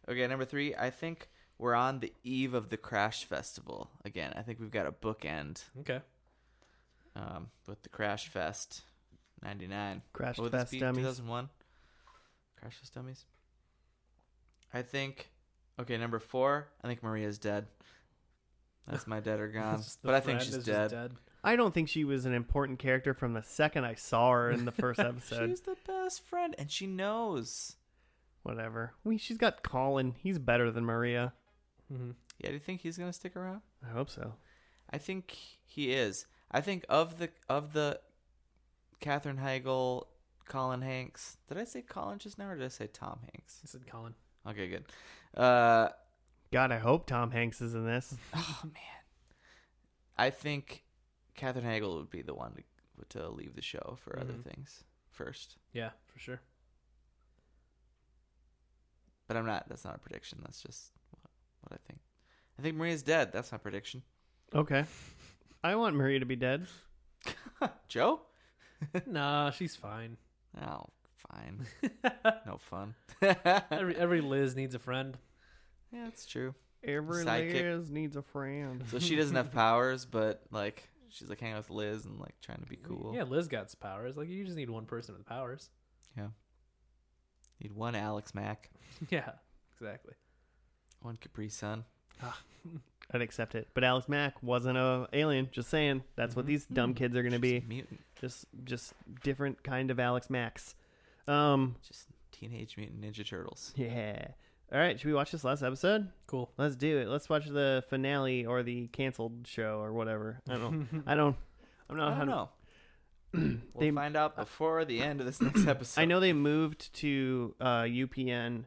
Speaker 3: Okay, number three. I think we're on the eve of the Crash Festival again. I think we've got a bookend
Speaker 2: Okay.
Speaker 3: um, with the Crash Fest '99.
Speaker 1: Crash
Speaker 3: What would
Speaker 1: Fest
Speaker 3: this be?
Speaker 1: dummies.
Speaker 3: 2001. Crash Test Dummies. I think. Okay, number four. I think Maria's dead. That's my dead or gone.
Speaker 2: Just the
Speaker 3: but I think
Speaker 2: friend
Speaker 3: she's
Speaker 2: is just
Speaker 3: dead.
Speaker 1: I don't think she was an important character from the second I saw her in the first episode.
Speaker 3: She's the best friend, and she knows.
Speaker 1: Whatever. We, she's got Colin. He's better than Maria.
Speaker 2: Mhm.
Speaker 3: Yeah, do you think he's gonna stick around?
Speaker 1: I hope so.
Speaker 3: I think he is. I think of the of the Katherine Heigl, Colin Hanks. Did I say Colin just now, or did I say Tom Hanks?
Speaker 2: I said Colin.
Speaker 3: Okay, good. Uh,
Speaker 1: God, I hope Tom Hanks is in this.
Speaker 3: Oh man, I think Katherine Hagel would be the one to, to leave the show for other
Speaker 2: Mhm.
Speaker 3: things first.
Speaker 2: Yeah, for sure.
Speaker 3: But I'm not. That's not a prediction. That's just what, what I think. I think Maria's dead. That's my prediction.
Speaker 1: Okay. I want Maria to be dead.
Speaker 3: Joe?
Speaker 2: nah, she's fine.
Speaker 3: Oh, fine.
Speaker 2: every
Speaker 3: No fun. yeah,
Speaker 2: every Liz needs a friend.
Speaker 3: that's true.
Speaker 1: Every
Speaker 3: Sidekick.
Speaker 1: Liz needs a friend.
Speaker 3: So she doesn't have powers, but like she's like hanging with Liz and like trying to be cool.
Speaker 2: Yeah, Liz got s- powers. Like you just need one person with powers.
Speaker 3: Need one Alex Mack,
Speaker 2: yeah, exactly.
Speaker 3: one Capri Sun.
Speaker 1: I'd accept it. But Alex Mack wasn't a alien. Just saying. That's what
Speaker 2: Mhm.
Speaker 3: Mm-hmm.
Speaker 1: these dumb kids are gonna
Speaker 3: She's
Speaker 1: be.
Speaker 3: a mutant.
Speaker 1: Just just different kind of Alex Max. Um
Speaker 3: Just teenage mutant ninja turtles.
Speaker 1: yeah. All right, should we watch this last episode?
Speaker 2: Cool.
Speaker 1: Let's do it. Let's watch the finale or the canceled show or whatever. I don't I don't I'm not
Speaker 3: I don't
Speaker 1: 100
Speaker 3: know. we'll
Speaker 1: They-
Speaker 3: find out before the end of this next episode.
Speaker 1: I know they moved to uh UPN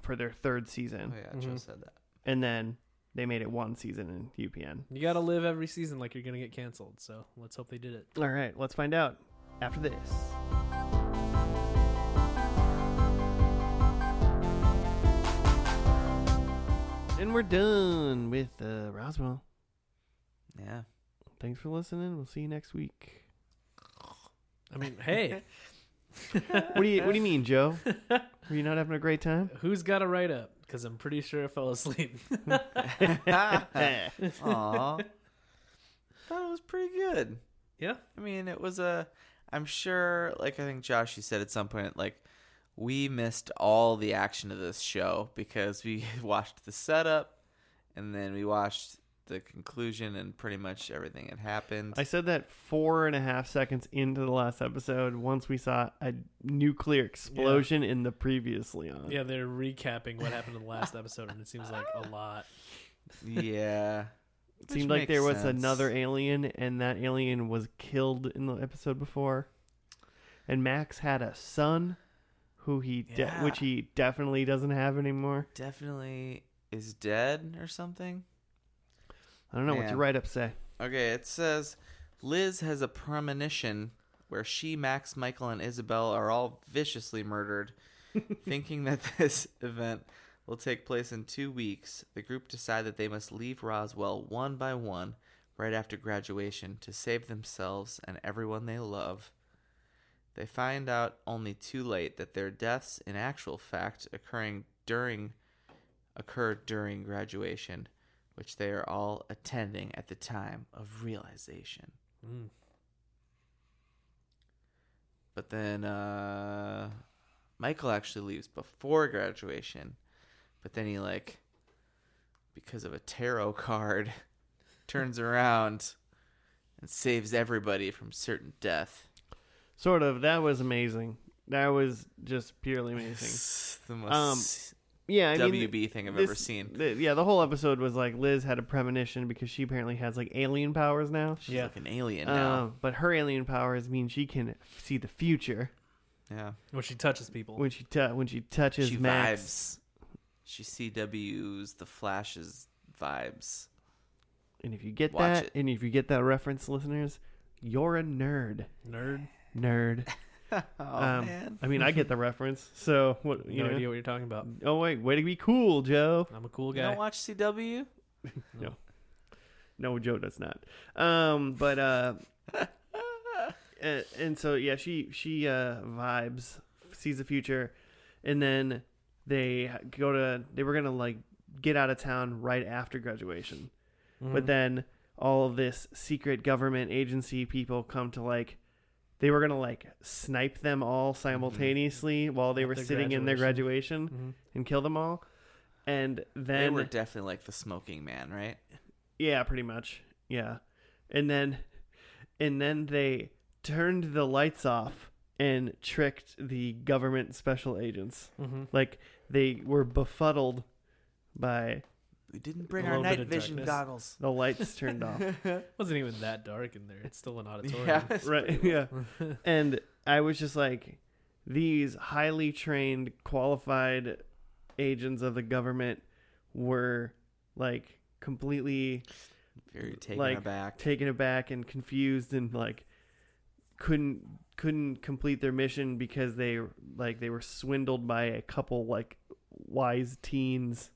Speaker 1: for their third
Speaker 3: Oh
Speaker 1: season
Speaker 3: yeah, Joe
Speaker 2: Mhm.
Speaker 3: said that.
Speaker 1: and then they made it one season in UPN.
Speaker 2: You gotta live every season like you're gonna get canceled. So let's hope they did it.
Speaker 1: All right, let's find out after this. And we're done with uh, Roswell.
Speaker 3: Yeah.
Speaker 1: Thanks for listening. We'll see you next week.
Speaker 2: I mean, hey,
Speaker 1: What do you What do you mean, Joe? Were you not having a great time?
Speaker 2: who's got a write up? Because I'm pretty sure I fell asleep.
Speaker 1: Eh.
Speaker 3: Aw. Thought it was pretty good.
Speaker 2: Yeah.
Speaker 3: I mean, it was a. I'm sure, like I think Josh, you said at some point, like we missed all the action of this show because we watched the setup, and then we watched the conclusion, and pretty much everything had happened.
Speaker 1: I said that four and a half seconds into the last episode. Once we saw a nuclear explosion in the previously on.
Speaker 2: yeah, they're recapping what happened in the last episode, and it seems like a lot.
Speaker 3: yeah.
Speaker 1: It seemed
Speaker 3: Which
Speaker 1: like there
Speaker 3: makes
Speaker 1: was
Speaker 3: sense.
Speaker 1: another alien, and that alien was killed in the episode before. And Max had a son, who he de-
Speaker 3: Yeah.
Speaker 1: which he definitely doesn't have anymore.
Speaker 3: Definitely is dead or something.
Speaker 1: I don't know what
Speaker 3: Man.
Speaker 1: your write up say.
Speaker 3: Okay, it says Liz has a premonition where she, Max, Michael, and Isabel are all viciously murdered. Thinking that this event will take place in two weeks, the group decide that they must leave Roswell one by one right after graduation to save themselves and everyone they love. They find out only too late that their deaths, in actual fact, occurring during occurred during graduation, which they are all attending at the time of realization.
Speaker 2: Mm.
Speaker 3: But then uh, Michael actually leaves before graduation, but then he like because of a tarot card turns around and saves everybody from certain death.
Speaker 1: Sort of. That was amazing. That was just purely amazing.
Speaker 3: It's the
Speaker 1: Um,
Speaker 3: most
Speaker 1: Yeah, I mean,
Speaker 3: WB thing I've
Speaker 1: this-
Speaker 3: ever seen.
Speaker 1: the- yeah, the whole episode was like Liz had a premonition because she apparently has like alien powers now.
Speaker 3: She's
Speaker 2: Yeah.
Speaker 3: like an alien now.
Speaker 1: Um, but her alien powers mean she can see the future
Speaker 3: Yeah.
Speaker 2: When she touches people.
Speaker 1: when she tou when she touches
Speaker 3: she
Speaker 1: Max.
Speaker 3: vibes. She CW's the Flash's vibes.
Speaker 1: And if you get
Speaker 3: Watch
Speaker 1: that,
Speaker 3: it.
Speaker 1: and if you get that reference, listeners, you're a nerd.
Speaker 2: Nerd.
Speaker 1: Nerd.
Speaker 3: oh
Speaker 1: Um,
Speaker 3: man.
Speaker 1: I mean, I get the reference. So what you
Speaker 2: no
Speaker 1: know?
Speaker 2: idea what you're talking about.
Speaker 1: Oh wait, way to be cool, Joe.
Speaker 2: I'm a cool
Speaker 3: You don't
Speaker 2: guy.
Speaker 3: watch CW?
Speaker 1: No, Joe does not. Um, but uh, and, and so yeah, she she uh, vibes, sees the future, and then they go to they were gonna like get out of town right after graduation,
Speaker 2: Mm-hmm. Mm.
Speaker 1: but then all of this secret government agency people come to like they were gonna like snipe them all simultaneously while they
Speaker 2: At
Speaker 1: were
Speaker 2: their
Speaker 1: sitting in their graduation
Speaker 2: Mhm.
Speaker 1: and kill them all, and then
Speaker 3: they were definitely like the smoking man, right?
Speaker 1: yeah, pretty much. Yeah. And then and then they turned the lights off and tricked the government special agents.
Speaker 2: Mhm.
Speaker 1: Like they were befuddled by
Speaker 3: We didn't bring
Speaker 2: A
Speaker 3: our
Speaker 2: little bit
Speaker 3: night
Speaker 2: of
Speaker 3: vision
Speaker 2: darkness.
Speaker 3: goggles.
Speaker 1: the lights turned off.
Speaker 2: Wasn't even that dark in there. It's still an auditorium.
Speaker 3: Yeah, it's
Speaker 1: Right.
Speaker 3: pretty-
Speaker 1: Yeah. And I was just like these highly trained qualified agents of the government were like completely
Speaker 3: Very taken
Speaker 1: Like,
Speaker 3: aback.
Speaker 1: taken aback and confused and like couldn't couldn't complete their mission because they like they were swindled by a couple like wise teens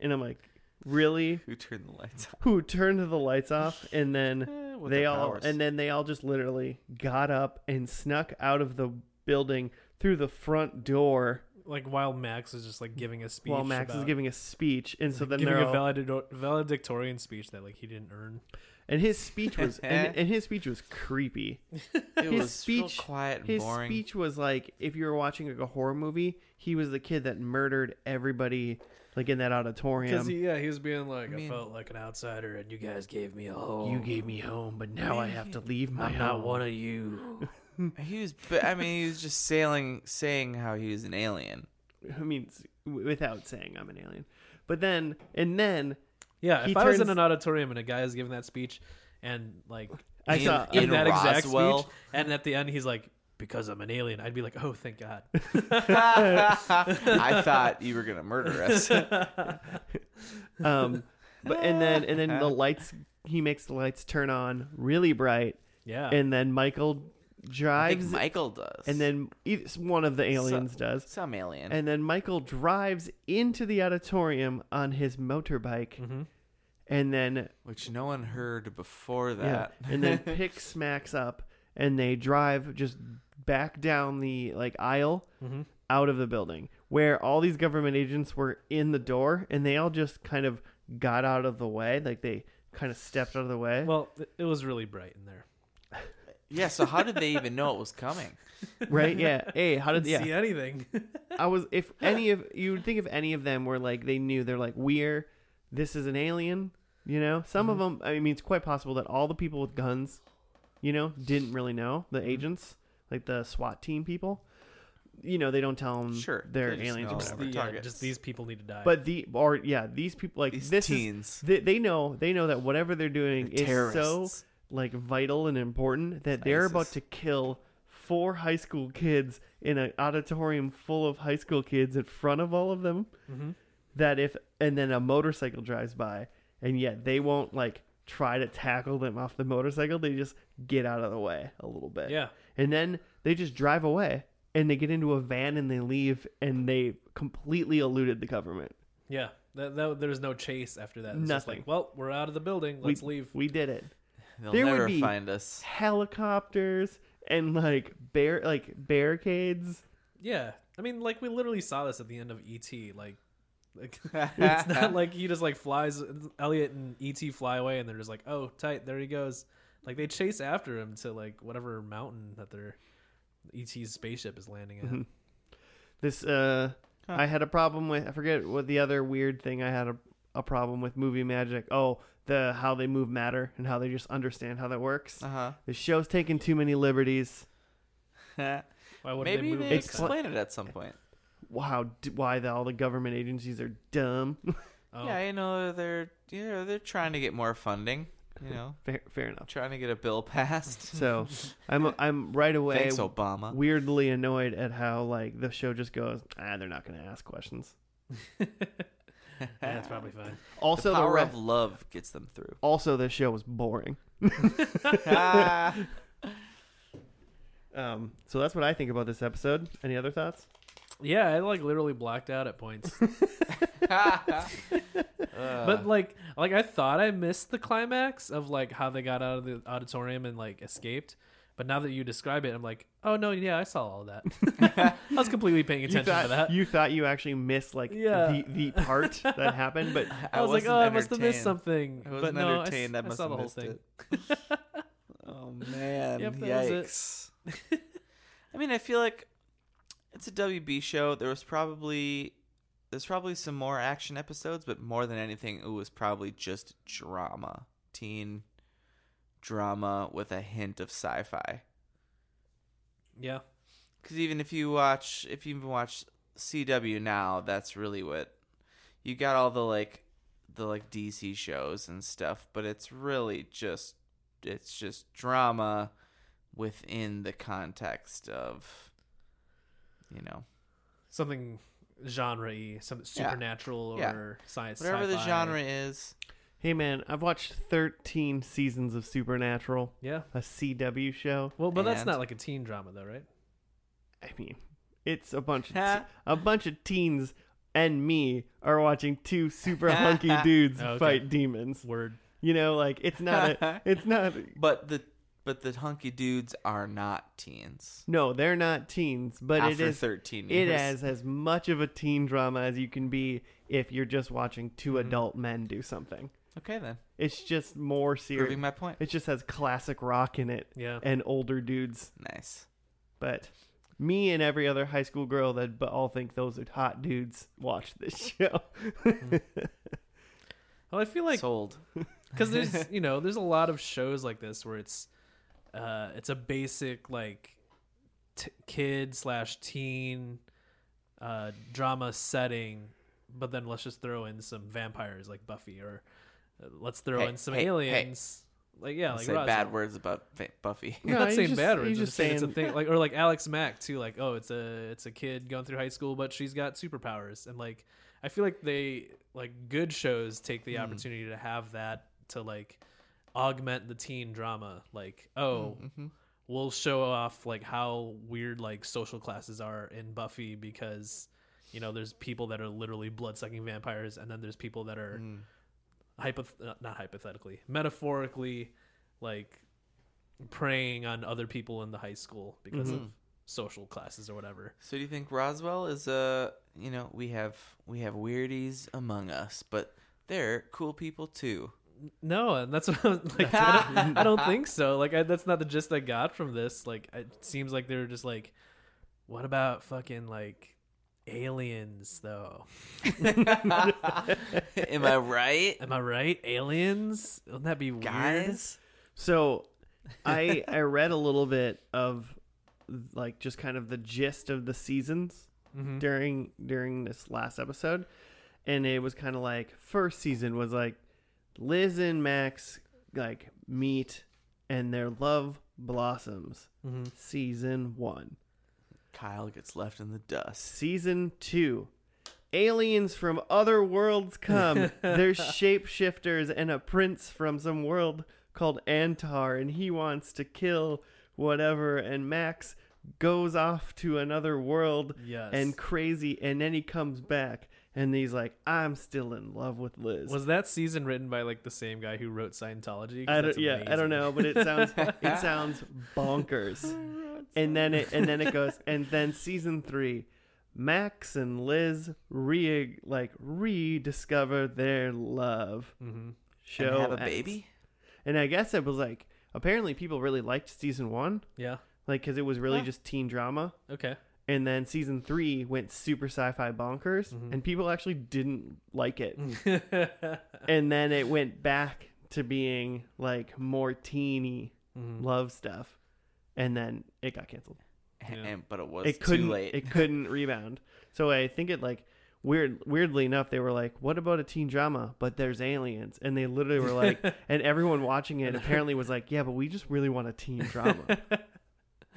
Speaker 1: and i'm like really
Speaker 3: Who turned the lights off?
Speaker 1: who turned the lights off and then
Speaker 3: Eh, with
Speaker 1: they
Speaker 3: their
Speaker 1: all
Speaker 3: powers.
Speaker 1: and then they all just literally got up and snuck out of the building through the front door
Speaker 2: like while Max is just like giving a speech.
Speaker 1: while max is
Speaker 2: about-
Speaker 1: giving a speech and so then
Speaker 2: giving
Speaker 1: they're
Speaker 2: a
Speaker 1: all,
Speaker 2: valedictor- valedictorian speech that like he didn't earn.
Speaker 1: and his speech was and, and his speech was creepy
Speaker 3: it
Speaker 1: his
Speaker 3: was real
Speaker 1: speech-
Speaker 3: quiet and
Speaker 1: His
Speaker 3: boring.
Speaker 1: speech was like if you were watching like a horror movie, he was the kid that murdered everybody like in that auditorium.
Speaker 2: Because yeah, he was being like, I,
Speaker 3: mean-
Speaker 2: felt like an outsider, and you guys gave me a home.
Speaker 1: you gave me home, but now I have to leave my
Speaker 2: I'm
Speaker 1: home.
Speaker 2: not one of you.
Speaker 3: He was, but I mean, he was just sailing, saying how he was an alien.
Speaker 1: I mean, s- w- without saying I'm an alien. But then and then
Speaker 2: Yeah,
Speaker 1: He
Speaker 2: if I was in
Speaker 1: turns-
Speaker 2: an auditorium and a guy is giving that speech, and like
Speaker 1: I
Speaker 3: In-
Speaker 1: saw
Speaker 2: in,
Speaker 3: in
Speaker 2: that exact
Speaker 3: Roswell.
Speaker 2: speech, and at the end he's like, "Because I'm an alien," I'd be like, "Oh, thank God."
Speaker 3: I thought you were gonna murder us.
Speaker 1: um but and then and then the lights he makes the lights turn on really bright
Speaker 2: yeah,
Speaker 1: and then Michael
Speaker 3: Oh. I think
Speaker 1: drives
Speaker 3: Michael does,
Speaker 1: and then eith- one of the aliens does.
Speaker 3: some alien.
Speaker 1: And then Michael drives into the auditorium on his motorbike.
Speaker 3: Mm-hmm.
Speaker 1: And then
Speaker 3: which no one heard before
Speaker 1: yeah,
Speaker 3: that.
Speaker 1: and then picks Max up and they drive just back down the like aisle out of the building where all these government agents were in the door and they all just kind of got out of the way like they kind of stepped out of the way
Speaker 2: well, it- it was really bright in there.
Speaker 3: yeah, so how did they even know it was coming?
Speaker 1: right yeah hey how did yeah
Speaker 2: See anything?
Speaker 1: I was if any of you would think if any of them were like they knew they're like we're this is an alien, you know. Some of
Speaker 3: Mm-hmm.
Speaker 1: them, I mean, it's quite possible that all the people with guns, you know, didn't really know the
Speaker 3: Mm-hmm.
Speaker 1: agents, like the SWAT team people. You know, they don't tell them
Speaker 3: Sure,
Speaker 1: they're
Speaker 3: they just
Speaker 1: aliens or
Speaker 3: know.
Speaker 2: just,
Speaker 1: whatever.
Speaker 2: the, yeah,
Speaker 3: Targets.
Speaker 2: just these people need to die.
Speaker 1: But the or yeah, these people like
Speaker 3: These
Speaker 1: this is-
Speaker 3: teens.
Speaker 1: they, they know they know that whatever they're doing is so
Speaker 3: terrorists.
Speaker 1: like vital and important that they're
Speaker 3: ISIS.
Speaker 1: about to kill four high school kids in an auditorium full of high school kids in front of all of them that if and then a motorcycle drives by and yet they won't like try to tackle them off the motorcycle they just get out of the way a little bit
Speaker 2: Yeah.
Speaker 1: and then they just drive away and they get into a van and they leave and they completely eluded the government
Speaker 2: yeah, that, that, there was no chase after that. It's just
Speaker 1: Nothing.
Speaker 2: like, well, we're out of the building. Let's
Speaker 1: we,
Speaker 2: leave.
Speaker 1: we did it
Speaker 3: They'll
Speaker 1: there would
Speaker 3: never
Speaker 1: be-
Speaker 3: find us.
Speaker 1: helicopters and like bear like barricades.
Speaker 2: Yeah, I mean, like we literally saw this at the end of ET. Like, like it's not like he just like flies. Elliot and ET fly away, and they're just like, "Oh, tight, there he goes." Like they chase after him to like whatever mountain that their ET's spaceship is landing at.
Speaker 1: This uh I had a problem with I forget what the other weird thing I had a, a problem with movie magic. Oh, the how they move matter and how they just understand how that works.
Speaker 3: Uh
Speaker 1: The show's taking too many liberties.
Speaker 3: huh.
Speaker 2: Why would
Speaker 3: Maybe
Speaker 2: they move?
Speaker 3: they,
Speaker 2: it?
Speaker 1: expl-
Speaker 3: explain it at some point.
Speaker 1: Wow, d- why the, all the government agencies are dumb.
Speaker 2: oh,
Speaker 3: Yeah, you know they're you know, they're trying to get more funding. You know,
Speaker 1: fair, fair enough.
Speaker 3: trying to get a bill passed.
Speaker 1: So, uh, I'm I'm right away
Speaker 3: Thanks, Obama.
Speaker 1: weirdly annoyed at how like the show just goes, ah, they're not going to ask questions.
Speaker 2: yeah, that's probably fine.
Speaker 1: Also
Speaker 3: the
Speaker 1: the,
Speaker 3: power
Speaker 1: re-
Speaker 3: of love gets them through.
Speaker 1: also the show was boring.
Speaker 3: Uh,
Speaker 1: Um, so that's what I think about this episode. Any other thoughts?
Speaker 2: Yeah, I like literally blacked out at points.
Speaker 3: Uh.
Speaker 2: but like like I thought I missed the climax of like how they got out of the auditorium and like escaped, But now that you describe it, I'm like, oh no, yeah, I saw all that. I was completely paying
Speaker 1: You
Speaker 2: attention
Speaker 1: thought,
Speaker 2: to that.
Speaker 1: you thought you actually missed like
Speaker 2: Yeah.
Speaker 1: the, the part that happened, but
Speaker 2: I, was like,
Speaker 3: wasn't
Speaker 2: oh, I must have
Speaker 3: entertained.
Speaker 2: missed something.
Speaker 3: I wasn't
Speaker 2: but no, I s-
Speaker 3: entertained.
Speaker 2: I,
Speaker 3: I, must
Speaker 2: saw
Speaker 3: have
Speaker 2: the whole
Speaker 3: missed
Speaker 2: thing.
Speaker 3: it. Oh man!
Speaker 2: Yep, that
Speaker 3: Yikes! I mean, I feel like it's a WB show. There was probably there's probably some more action episodes, but more than anything, it was probably just drama, teen drama with a hint of sci-fi.
Speaker 2: Yeah.
Speaker 3: Because even if you watch, if you even watch CW now, that's really what you got all the like the like DC shows and stuff, but it's really just it's just drama within the context of you know
Speaker 2: Something genre y, some supernatural
Speaker 3: Yeah.
Speaker 2: or science.
Speaker 3: whatever the
Speaker 2: sci-fi.
Speaker 3: genre is.
Speaker 1: hey man, I've watched 13 seasons of Supernatural,
Speaker 2: Yeah.
Speaker 1: a CW show.
Speaker 2: Well, but that's
Speaker 3: And-
Speaker 2: not like a teen drama though, right?
Speaker 1: I mean, it's a bunch of te- a bunch of teens and me are watching two super hunky dudes
Speaker 2: Okay.
Speaker 1: fight demons.
Speaker 2: Word.
Speaker 1: You know, like it's not a, it's not
Speaker 3: But the but the hunky dudes are not teens.
Speaker 1: no, they're not teens, but
Speaker 3: after
Speaker 1: it is
Speaker 3: thirteen
Speaker 1: it
Speaker 3: years.
Speaker 1: has as much of a teen drama as you can be if you're just watching 2
Speaker 2: Mm-hmm.
Speaker 1: adult men do something.
Speaker 3: Okay then.
Speaker 1: It's just more
Speaker 3: Proving
Speaker 1: serious.
Speaker 3: my point.
Speaker 1: It just has classic rock in it
Speaker 2: Yeah.
Speaker 1: and older dudes.
Speaker 3: Nice.
Speaker 1: But me and every other high school girl that but all think those are hot dudes watch this show.
Speaker 2: Well, I feel like
Speaker 3: Sold.
Speaker 2: because there's you know there's a lot of shows like this where it's uh it's a basic like t- kid slash teen uh drama setting but then let's just throw in some vampires like buffy or uh, let's throw
Speaker 3: Hey,
Speaker 2: in some
Speaker 3: hey, hey.
Speaker 2: aliens like yeah like
Speaker 3: say
Speaker 2: Roswell.
Speaker 3: bad words about Fa- Buffy.
Speaker 2: I'm
Speaker 1: No,
Speaker 2: not
Speaker 1: you
Speaker 2: saying
Speaker 1: just-
Speaker 2: bad
Speaker 1: you
Speaker 2: words. I'm
Speaker 1: just
Speaker 2: just saying it's a
Speaker 1: saying-
Speaker 2: thing. Like or like Alex Mack too. Like oh, it's a it's a kid going through high school, but she's got superpowers. And like I feel like they like good shows take
Speaker 1: Hmm.
Speaker 2: the opportunity to have that to like augment the teen drama. Like
Speaker 1: Hmm,
Speaker 2: oh,
Speaker 1: mm-hmm.
Speaker 2: we'll show off like how weird like social classes are in Buffy because you know there's people that are literally blood sucking vampires, and then there's people that are
Speaker 1: Hmm.
Speaker 2: hypoth- uh, not hypothetically, metaphorically, like preying on other people in the high school because
Speaker 1: Mm-hmm.
Speaker 2: of social classes or whatever.
Speaker 3: So do you think Roswell is a you know we have we have weirdies among us, but they're cool people too.
Speaker 2: No, and that's what I was like. I don't, I don't think so. Like I, that's not the gist I got from this. Like it seems like they were just like, what about fucking like aliens though?
Speaker 3: Am I right,
Speaker 2: Am I right? Aliens? Wouldn't that be weird?
Speaker 3: guys?
Speaker 1: So I I read a little bit of like just kind of the gist of the seasons
Speaker 2: Mm-hmm.
Speaker 1: during during this last episode and it was kind of like first season was like Liz and Max like meet and their love blossoms. Season 1.
Speaker 3: Kyle gets left in the dust.
Speaker 1: Season 2. Aliens from other worlds come. There's shapeshifters and a prince from some world called Antar, and he wants to kill whatever. And Max goes off to another world
Speaker 2: Yes.
Speaker 1: and crazy, and then he comes back, and he's like, I'm still in love with Liz.
Speaker 2: Was that season written by like the same guy who wrote Scientology? 'Cause
Speaker 1: I don't,
Speaker 2: that's
Speaker 1: yeah, I
Speaker 2: amazing.
Speaker 1: don't know, but it sounds it sounds bonkers. and then it and then it goes and then season three, Max and Liz re like rediscover their love. Mm-hmm. Show
Speaker 3: And have a
Speaker 1: ends.
Speaker 3: baby?
Speaker 1: And I guess it was like apparently people really liked season one,
Speaker 2: Yeah.
Speaker 1: like because it was really
Speaker 3: Huh.
Speaker 1: just teen drama.
Speaker 2: Okay.
Speaker 1: And then season three went super sci-fi bonkers,
Speaker 3: Mm-hmm.
Speaker 1: and people actually didn't like it. and then it went back to being like more teeny
Speaker 2: Mm-hmm.
Speaker 1: love stuff, and then it got canceled.
Speaker 3: And, but it was
Speaker 1: it couldn't.
Speaker 3: too late.
Speaker 1: It couldn't rebound. So I think it like weird. Weirdly enough, they were like, "What about a teen drama?" But there's aliens, and they literally were like, and everyone watching it apparently was like, "Yeah, but we just really want a teen drama."
Speaker 3: Eh.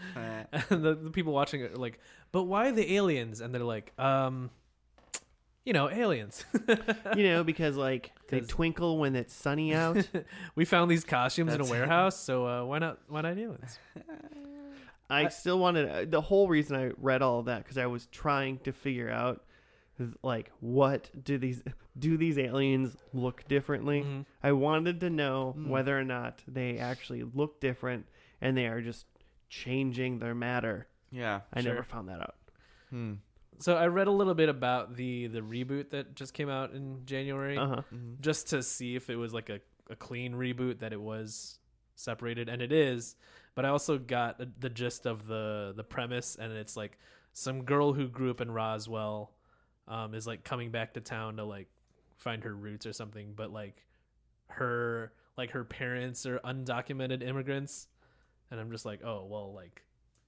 Speaker 2: and the, the people watching it are like, but why the aliens? And they're like, um, you know, aliens.
Speaker 1: you know, because like they
Speaker 2: 'Cause-
Speaker 1: twinkle when it's sunny out.
Speaker 2: we found these costumes in a
Speaker 3: That's-
Speaker 2: warehouse, so uh, why not? Why not aliens?
Speaker 1: I still wanted uh, the whole reason I read all of that because I was trying to figure out like what do these do these aliens look differently?
Speaker 2: Hmm.
Speaker 1: I wanted to know whether or not they actually look different and they are just changing their matter.
Speaker 3: Yeah.
Speaker 1: I
Speaker 2: Sure.
Speaker 1: never found that out.
Speaker 3: Hmm.
Speaker 2: So I read a little bit about the the reboot that just came out in January,
Speaker 1: Uh huh.
Speaker 3: Mhm.
Speaker 2: just to see if it was like a, a clean reboot that it was separated, and it is. But I also got the- the gist of the the premise, and it's like some girl who grew up in Roswell um, is like coming back to town to like find her roots or something, but like her like her parents are undocumented immigrants, and I'm just like, oh well, like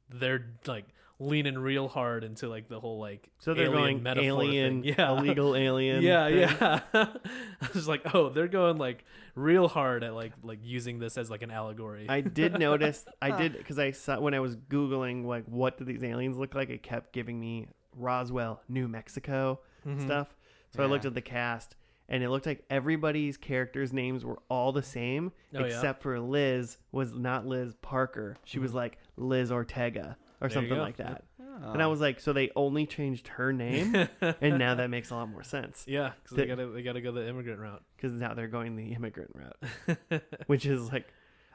Speaker 2: they're like leaning real hard into like the whole like
Speaker 1: So they're
Speaker 2: alien
Speaker 1: going
Speaker 2: metaphor
Speaker 1: alien,
Speaker 2: thing. yeah
Speaker 1: illegal alien.
Speaker 2: yeah
Speaker 1: thing.
Speaker 2: yeah i was like oh they're going like real hard at like like using this as like an allegory
Speaker 1: I did notice. I did because I saw when I was googling like what do these aliens look like. It kept giving me Roswell, New Mexico
Speaker 2: Mhm.
Speaker 1: stuff. So I looked
Speaker 3: Yeah.
Speaker 1: at the cast, and it looked like everybody's characters' names were all the same,
Speaker 2: Oh, yeah.
Speaker 1: except for Liz was not Liz Parker. She was like Liz Ortega or
Speaker 2: There you
Speaker 1: something
Speaker 2: go.
Speaker 1: like that.
Speaker 3: Mm-hmm.
Speaker 1: And I was like, so they only changed her name, and now that makes a lot more sense
Speaker 2: yeah because they
Speaker 1: The-
Speaker 2: gotta they gotta go the immigrant route
Speaker 1: because now they're going the immigrant route, which is like,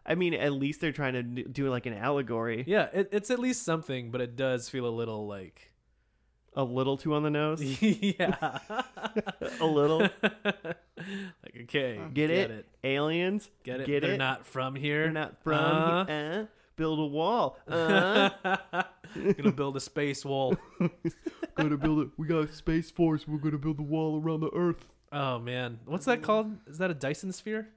Speaker 1: I mean, at least they're trying to d- do like an allegory.
Speaker 2: yeah it, it's at least something but it does feel a little like
Speaker 1: a little too on the nose.
Speaker 2: yeah
Speaker 1: A little.
Speaker 2: like okay
Speaker 1: Get, it? Aliens.
Speaker 2: get it
Speaker 1: Get
Speaker 2: they're
Speaker 1: it?
Speaker 2: not from here
Speaker 1: They're not from. Uh, build a wall. Uh,
Speaker 2: uh. gonna build a space wall
Speaker 1: gonna build it. We got space force. We're gonna build the wall around the Earth.
Speaker 2: oh man what's
Speaker 1: Mm-hmm.
Speaker 2: that called is that a dyson sphere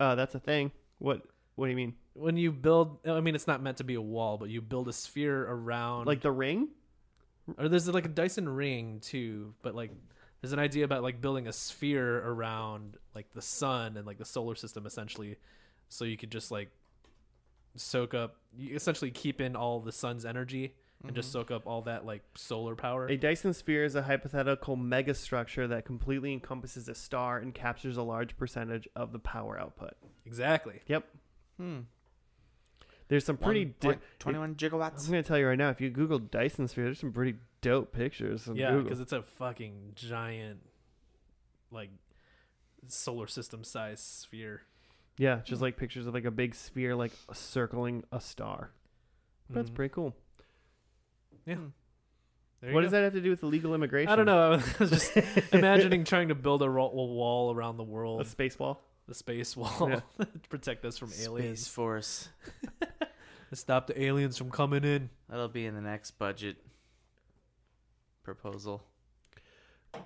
Speaker 1: Uh, that's a thing. What? What do you mean?
Speaker 2: when you build i mean it's not meant to be a wall but you build a sphere around
Speaker 1: Like the ring?
Speaker 2: or there's like a dyson ring too but like there's an idea about like building a sphere around like the sun and like the solar system essentially so you could just like soak up you essentially keep in all the sun's energy and
Speaker 1: Mm-hmm.
Speaker 2: just soak up all that like solar power
Speaker 1: A Dyson sphere is a hypothetical megastructure that completely encompasses a star and captures a large percentage of the power output.
Speaker 2: exactly
Speaker 1: Yep.
Speaker 3: Hmm.
Speaker 1: There's some pretty.
Speaker 3: One
Speaker 1: di-
Speaker 3: point twenty-one
Speaker 1: I'm
Speaker 3: gigawatts.
Speaker 1: gonna tell you right now. If you Google Dyson sphere, there's some pretty dope pictures. On
Speaker 2: yeah
Speaker 1: Google.
Speaker 2: because it's a fucking giant like solar system size sphere
Speaker 1: Yeah, just like pictures of like a big sphere like circling a star. That's
Speaker 2: Mhm.
Speaker 1: pretty cool.
Speaker 2: There you
Speaker 1: what
Speaker 2: go.
Speaker 1: does that have to do with illegal immigration?
Speaker 2: I don't know. I was just imagining trying to build a ro- a wall around the
Speaker 1: A
Speaker 2: world,
Speaker 1: space wall.
Speaker 2: the space wall,
Speaker 1: Yeah.
Speaker 2: to protect us from
Speaker 3: Space
Speaker 2: aliens,
Speaker 3: Force.
Speaker 2: to stop the aliens from coming in.
Speaker 3: That'll be in the next budget proposal.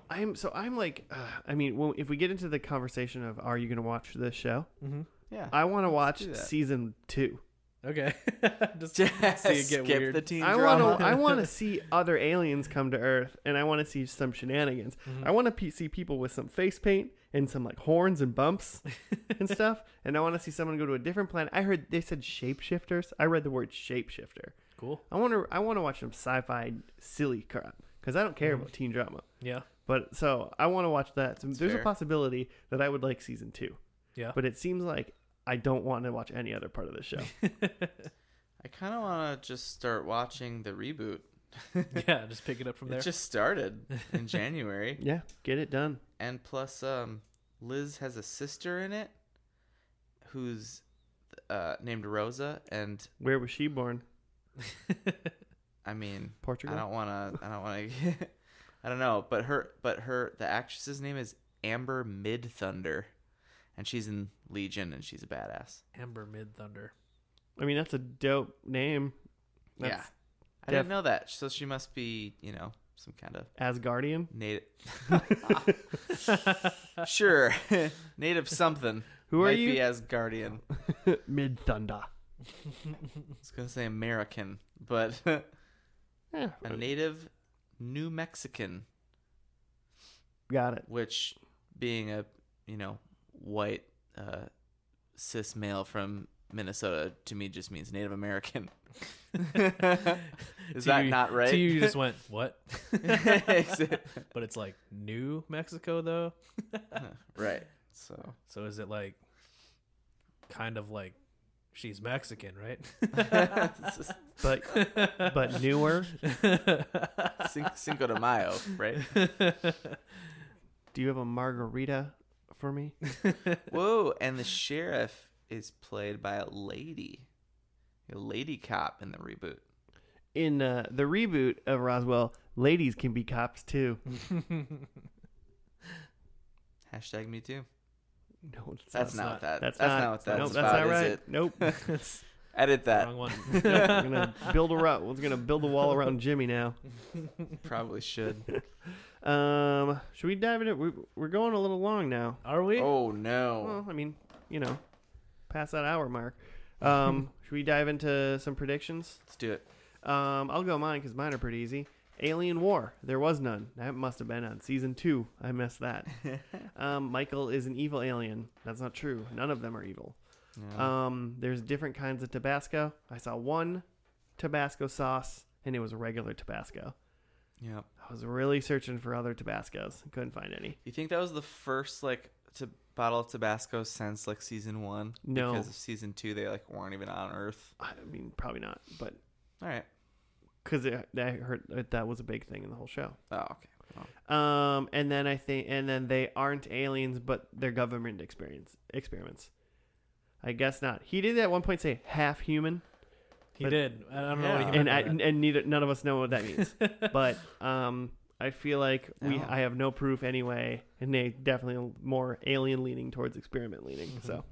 Speaker 1: I'm so I'm like, uh, I mean, well, if we get into the conversation of are you going to watch this show?
Speaker 2: Mm-hmm.
Speaker 3: Yeah.
Speaker 1: I want to watch
Speaker 3: do that.
Speaker 1: season two.
Speaker 2: Okay, just
Speaker 3: Just
Speaker 2: see it get
Speaker 3: skip
Speaker 2: weird.
Speaker 3: the teen
Speaker 1: I
Speaker 3: drama.
Speaker 1: want to I want to see other aliens come to Earth, and I want to see some shenanigans.
Speaker 3: Mm-hmm.
Speaker 1: I want to pe see people with some face paint and some like horns and bumps and stuff, and I want to see someone go to a different planet. I heard they said shapeshifters. I read the word shapeshifter.
Speaker 2: cool.
Speaker 1: I want to I want to watch some sci-fi silly crap because I don't care
Speaker 3: Mm.
Speaker 1: about teen drama.
Speaker 2: Yeah,
Speaker 1: But so I want to watch that. So there's
Speaker 3: fair.
Speaker 1: a possibility that I would like season two,
Speaker 2: yeah.
Speaker 1: but it seems like I don't want to watch any other part of the show.
Speaker 3: I kind of want to just start watching the reboot.
Speaker 2: yeah, just pick it up from there.
Speaker 3: It just started in January,
Speaker 1: yeah, get it done.
Speaker 3: and plus, um, Liz has a sister in it who's uh, named Rosa, and
Speaker 1: Where was she born?
Speaker 3: I mean,
Speaker 1: Portugal.
Speaker 3: I don't want to. I don't want to. I don't know, but her, but her, the actress's name is Amber Mid Thunder, and she's in Legion, and she's a badass.
Speaker 2: Amber Mid Thunder.
Speaker 1: I mean, that's a dope name.
Speaker 3: yeah,
Speaker 1: That's
Speaker 3: I
Speaker 1: def-
Speaker 3: didn't know that. So she must be, you know, some kind of
Speaker 1: Asgardian.
Speaker 3: native. sure, native something.
Speaker 1: Who are
Speaker 3: Might
Speaker 1: you?
Speaker 3: Be as guardian. I
Speaker 1: Mid Thunder.
Speaker 3: was gonna say American, but
Speaker 1: Yeah,
Speaker 3: a native New Mexican,
Speaker 1: got it.
Speaker 3: which being a you know white uh, cis male from Minnesota to me just means Native American. Is
Speaker 2: To
Speaker 3: that
Speaker 2: you-
Speaker 3: not right?
Speaker 2: To you, you just went what?
Speaker 3: Is it-
Speaker 2: but it's like New Mexico though.
Speaker 3: right. So
Speaker 2: So is it like kind of like she's Mexican, right?
Speaker 3: It's just
Speaker 1: But but newer.
Speaker 3: Cin- Cinco de Mayo, right?
Speaker 1: Do you have a margarita for me?
Speaker 3: Whoa! And the sheriff is played by a lady A lady cop in the reboot.
Speaker 1: In uh, the reboot of Roswell, ladies can be cops too.
Speaker 3: Hashtag me too.
Speaker 1: No, it's
Speaker 3: That's,
Speaker 2: That's
Speaker 3: not,
Speaker 2: not-
Speaker 3: that.
Speaker 1: That's,
Speaker 3: That's,
Speaker 1: not,
Speaker 3: not, what that's
Speaker 1: nope,
Speaker 3: about,
Speaker 1: that's not
Speaker 3: is
Speaker 1: right.
Speaker 3: it?
Speaker 1: Nope.
Speaker 3: Edit that.
Speaker 2: Wrong one.
Speaker 1: Nope, We're gonna build a rut. We're gonna build a wall around Jimmy now.
Speaker 3: Probably should.
Speaker 1: Um, should we dive into? We, we're going a little long now.
Speaker 2: Are we?
Speaker 3: oh no.
Speaker 1: Well, I mean, you know, past that hour mark. Um, should we dive into some predictions?
Speaker 3: Let's do it.
Speaker 1: Um, I'll go mine because mine are pretty easy. Alien War. There was none. That must have been on season two. I missed that. um, Michael is an evil alien. That's not true. None of them are evil.
Speaker 3: Yeah.
Speaker 1: Um, there's different kinds of Tabasco. I saw one Tabasco sauce, and it was regular Tabasco.
Speaker 3: yeah.
Speaker 1: I was really searching for other Tabascos. Couldn't find any.
Speaker 3: You think that was the first like to bottle of Tabasco since like season one?
Speaker 1: No.
Speaker 3: Because of season two, they like weren't even on Earth.
Speaker 1: I mean, probably not, but
Speaker 3: All right.
Speaker 1: because I heard that, that was a big thing in the whole show.
Speaker 3: Oh, okay.
Speaker 1: Um, and then I think, and then they aren't aliens, but they're government experience experiments. I guess not. He did at one point say half human,
Speaker 2: he
Speaker 1: but-
Speaker 2: did. I don't know
Speaker 3: Yeah.
Speaker 2: what he
Speaker 1: and I,
Speaker 2: meant.
Speaker 1: and neither none of us know what that means.
Speaker 2: by that.
Speaker 1: but um, I feel like we
Speaker 3: Oh.
Speaker 1: I have no proof anyway, and they definitely more alien leaning towards experiment leaning. So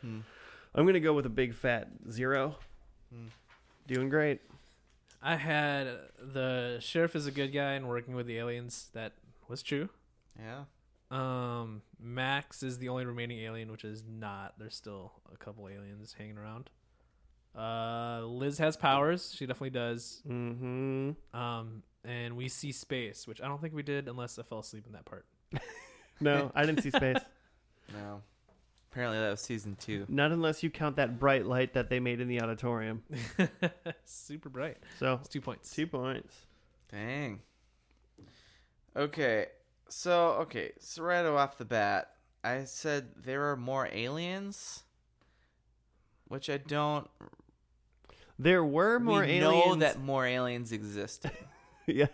Speaker 3: Hmm.
Speaker 1: I'm gonna go with a big fat zero. Mm.
Speaker 3: Hmm.
Speaker 1: Doing great.
Speaker 2: I had the sheriff is a good guy and working with the aliens. That was true.
Speaker 3: Yeah.
Speaker 2: Um, Max is the only remaining alien, which is not. There's still a couple aliens hanging around. Uh, Liz has powers. She definitely does.
Speaker 1: Mm-hmm.
Speaker 2: Um, and we see space, which I don't think we did unless I fell asleep in that part.
Speaker 1: No, I didn't see space.
Speaker 3: No. Apparently that was season two.
Speaker 1: Not unless you count that bright light that they made in the auditorium.
Speaker 2: Super bright.
Speaker 1: So
Speaker 2: It's two points.
Speaker 1: two points.
Speaker 3: Dang. Okay. So okay. So right off the bat, I said there are more aliens, which I don't.
Speaker 1: There were more
Speaker 3: we
Speaker 1: aliens. Uh-huh.
Speaker 3: know that more aliens exist.
Speaker 1: yes,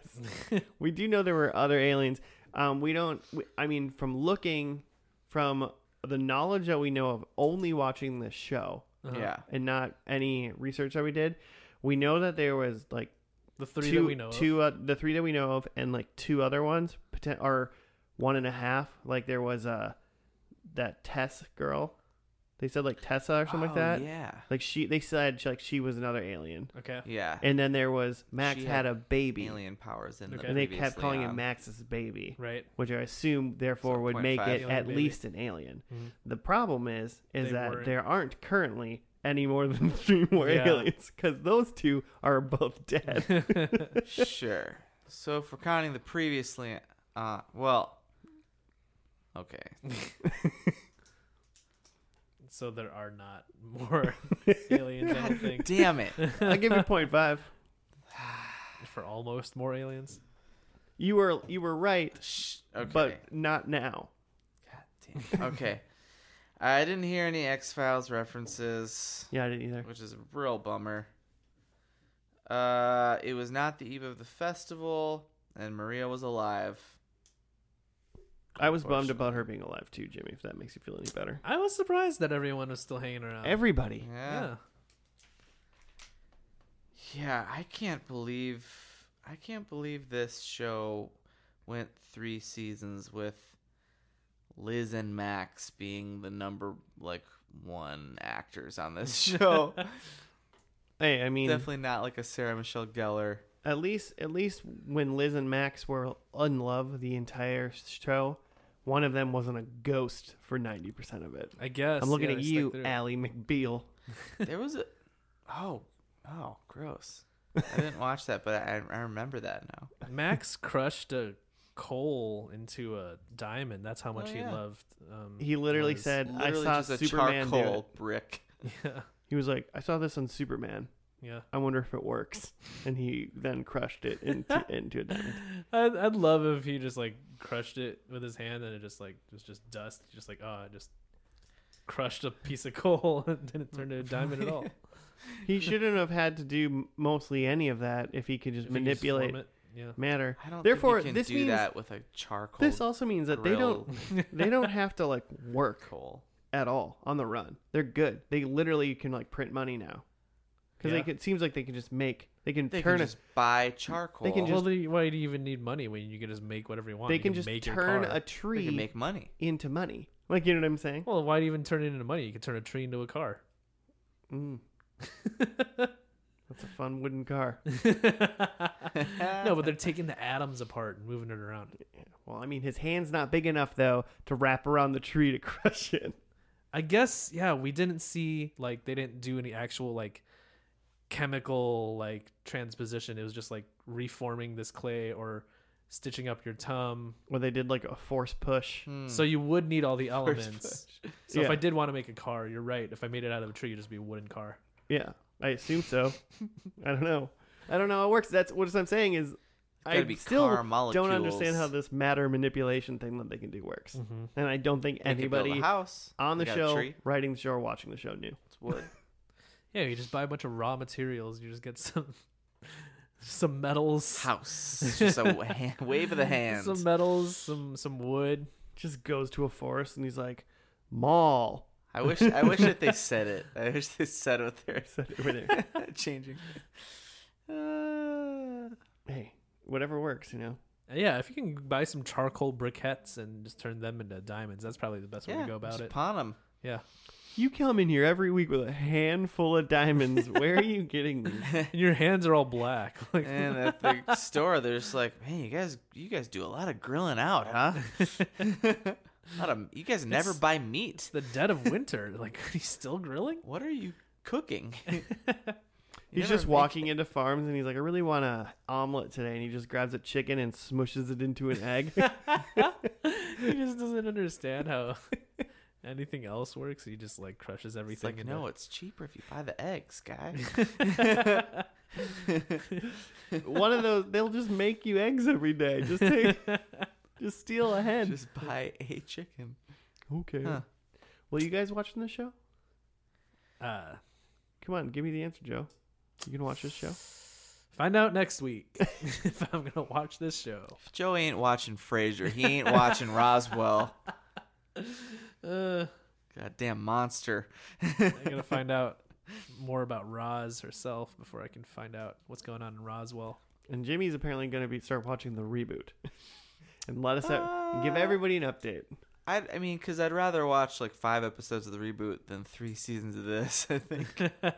Speaker 1: we do know there were other aliens. Um, we don't. We, I mean, from looking, from the knowledge that we know of, only watching this show
Speaker 2: Uh-huh.
Speaker 3: Yeah.
Speaker 1: and not any research that we did, we know that there was like
Speaker 2: The three
Speaker 1: two,
Speaker 2: that we know. Of.
Speaker 1: two, Uh, the three that we know of, and like two other ones, poten- or one and a half. Like there was uh, that Tess girl. They said like Tessa or something like
Speaker 3: Oh,
Speaker 1: that.
Speaker 3: Yeah.
Speaker 1: Like she, they said like she was another alien.
Speaker 2: Okay.
Speaker 3: Yeah.
Speaker 1: And then there was Max
Speaker 3: She
Speaker 1: had,
Speaker 3: had
Speaker 1: a baby,
Speaker 3: Alien powers in the
Speaker 2: Okay.
Speaker 1: and they kept
Speaker 3: previously um,
Speaker 1: calling it
Speaker 3: on.
Speaker 1: Max's baby,
Speaker 2: Right.
Speaker 1: which I assume therefore
Speaker 3: So
Speaker 1: would
Speaker 3: 0.5
Speaker 1: make it
Speaker 2: alien
Speaker 1: at
Speaker 2: baby.
Speaker 1: least an alien.
Speaker 2: Mhm.
Speaker 1: The problem is, is
Speaker 2: They
Speaker 1: that
Speaker 2: weren't.
Speaker 1: there aren't currently any more than three more
Speaker 2: Yeah.
Speaker 1: aliens because those two are both dead.
Speaker 3: sure. So if we're counting the previously, uh, well, okay,
Speaker 2: so there are not more aliens. I don't think
Speaker 3: damn it.
Speaker 1: I give you point five.
Speaker 2: for almost more aliens.
Speaker 1: You were you were right,
Speaker 3: Shh. Okay.
Speaker 1: but not now.
Speaker 3: God damn. Okay. I didn't hear any X Files references,
Speaker 1: Yeah, I didn't either.
Speaker 3: which is a real bummer. Uh, it was not the eve of the festival, and Maria was alive.
Speaker 1: I was bummed about her being alive too, Jimmy. If that makes you feel any better.
Speaker 2: I was surprised that everyone was still hanging around.
Speaker 1: Everybody.
Speaker 3: Um, Yeah.
Speaker 2: yeah.
Speaker 3: Yeah, I can't believe I can't believe this show went 3 seasons with Liz and Max being the number like one actors on this show.
Speaker 1: Hey, I mean,
Speaker 3: Definitely not like a Sarah Michelle Gellar.
Speaker 1: at least at least when Liz and Max were in love the entire show, one of them wasn't a ghost for ninety percent of it.
Speaker 2: I guess.
Speaker 1: I'm looking
Speaker 2: yeah,
Speaker 1: at
Speaker 2: they stuck
Speaker 1: you,
Speaker 2: through.
Speaker 1: Allie McBeal.
Speaker 3: There was a Oh, oh, gross. I didn't watch that, but I, I remember that now.
Speaker 2: Max crushed a coal into a diamond. That's how much
Speaker 3: Oh,
Speaker 2: he
Speaker 3: yeah.
Speaker 2: loved. Um,
Speaker 1: He literally
Speaker 2: Liz.
Speaker 1: said,
Speaker 3: Literally
Speaker 1: "I
Speaker 3: just
Speaker 1: saw
Speaker 3: a
Speaker 1: Superman do it."
Speaker 3: charcoal brick.
Speaker 2: "Yeah,
Speaker 1: He was like, "I saw this on Superman.
Speaker 2: yeah."
Speaker 1: I wonder if it works." And he then crushed it into into a diamond.
Speaker 2: I'd, I'd love if he just like crushed it with his hand and it just like was just dust. Just like, oh, I just crushed a piece of coal and didn't turn to a diamond at all.
Speaker 1: He shouldn't have had to do m- mostly any of that if he could
Speaker 2: If he could just
Speaker 1: just
Speaker 2: form
Speaker 1: manipulate
Speaker 2: it, Yeah.
Speaker 1: matter.
Speaker 3: I don't
Speaker 1: Therefore,
Speaker 3: think you can
Speaker 1: this
Speaker 3: do
Speaker 1: means-
Speaker 3: that with a charcoal
Speaker 1: This also means that they don't they don't have to like work
Speaker 3: coal.
Speaker 1: at all on the run. They're good. They literally can like print money now. because
Speaker 2: Yeah.
Speaker 1: they could, it seems like they can just make they can
Speaker 3: They
Speaker 1: turn
Speaker 3: can
Speaker 1: a
Speaker 3: just buy charcoal.
Speaker 1: they can
Speaker 2: well,
Speaker 1: just-
Speaker 2: do you- why do you even need money when you can just make whatever you want?
Speaker 1: they
Speaker 2: You
Speaker 1: can just
Speaker 2: make your
Speaker 1: turn
Speaker 2: car.
Speaker 1: a
Speaker 3: They
Speaker 1: tree
Speaker 3: can make money.
Speaker 1: into money. Like you know what I'm saying?
Speaker 2: Well, why do you even turn it into money? You could turn a tree into a car.
Speaker 1: Mm, that's a fun wooden car.
Speaker 2: no, but they're taking the atoms apart and moving it around.
Speaker 1: Well, I mean, his hand's not big enough though to wrap around the tree to crush it.
Speaker 2: I guess yeah, we didn't see like they didn't do any actual like chemical like transposition. It was just like reforming this clay or stitching up your tum.
Speaker 1: Well, they did like a force push.
Speaker 3: Hmm.
Speaker 2: So you would need all the
Speaker 3: Force
Speaker 2: elements. So if
Speaker 1: Yeah.
Speaker 2: I did want to make a car, you're right. If I made it out of a tree, it'd just be a wooden car.
Speaker 1: Yeah, I assume so. I don't know. I don't know how it works. That's what I'm saying is I
Speaker 3: gotta be
Speaker 1: still
Speaker 3: car molecules. Hmm.
Speaker 1: don't understand how this matter manipulation thing that they can do works. And I don't think
Speaker 3: They could build a
Speaker 1: anybody
Speaker 3: house
Speaker 1: on
Speaker 3: They
Speaker 1: the
Speaker 3: got a
Speaker 1: show,
Speaker 3: tree.
Speaker 1: writing the show, or watching the show knew.
Speaker 3: It's wood.
Speaker 2: Yeah, you just buy a bunch of raw materials. You just get some some metals,
Speaker 3: house. It's just a wa- hand- wave of the hand.
Speaker 2: some metals, some some wood.
Speaker 1: Just goes to a forest and he's like, "Mall."
Speaker 3: I wish I wish that they said it. I wish they said what they're
Speaker 1: Said it with it.
Speaker 3: changing. Uh,
Speaker 1: hey, whatever works, you know.
Speaker 2: Yeah, if you can buy some charcoal briquettes and just turn them into diamonds, that's probably the best way
Speaker 3: yeah,
Speaker 2: to go about
Speaker 3: just
Speaker 2: it.
Speaker 3: pawn 'em.
Speaker 2: yeah.
Speaker 1: You come in here every week with a handful of diamonds. Where are you getting these?
Speaker 2: And your hands are all black. Like
Speaker 3: And at the store, they're just like, "Man, you guys, you guys do a lot of grilling out, huh? a lot of, you guys never
Speaker 2: It's-
Speaker 3: buy meat.
Speaker 2: it's the dead of winter. Like are you still grilling?
Speaker 3: What are you cooking? You
Speaker 1: He's
Speaker 3: never
Speaker 1: just
Speaker 3: make
Speaker 1: walking into farms and he's like, I really want a omelet today. And he just grabs a chicken and smushes it into an egg.
Speaker 2: He just doesn't understand how anything else works. He just like crushes
Speaker 3: It's
Speaker 2: everything
Speaker 3: like,
Speaker 2: into-
Speaker 3: no, it's cheaper if you buy the eggs, guy.
Speaker 1: One of those, they'll just make you eggs every day. Just take, just steal a hen.
Speaker 3: just buy a chicken.
Speaker 1: okay.
Speaker 3: Huh.
Speaker 1: Well, you guys watching this show?
Speaker 2: uh
Speaker 1: Come on, give me the answer, Joe. You can watch this show.
Speaker 2: find out next week if I'm gonna watch this show.
Speaker 3: If Joe ain't watching Frasier, he ain't watching Roswell.
Speaker 2: Uh
Speaker 3: Goddamn monster.
Speaker 2: I'm gonna find out more about Roz herself before I can find out what's going on in Roswell.
Speaker 1: And Jimmy's apparently going to be start watching the reboot, and let us out, and
Speaker 3: Ah.
Speaker 1: give everybody an update.
Speaker 3: I, I mean, because I'd rather watch like five episodes of the reboot than three seasons of this. I think.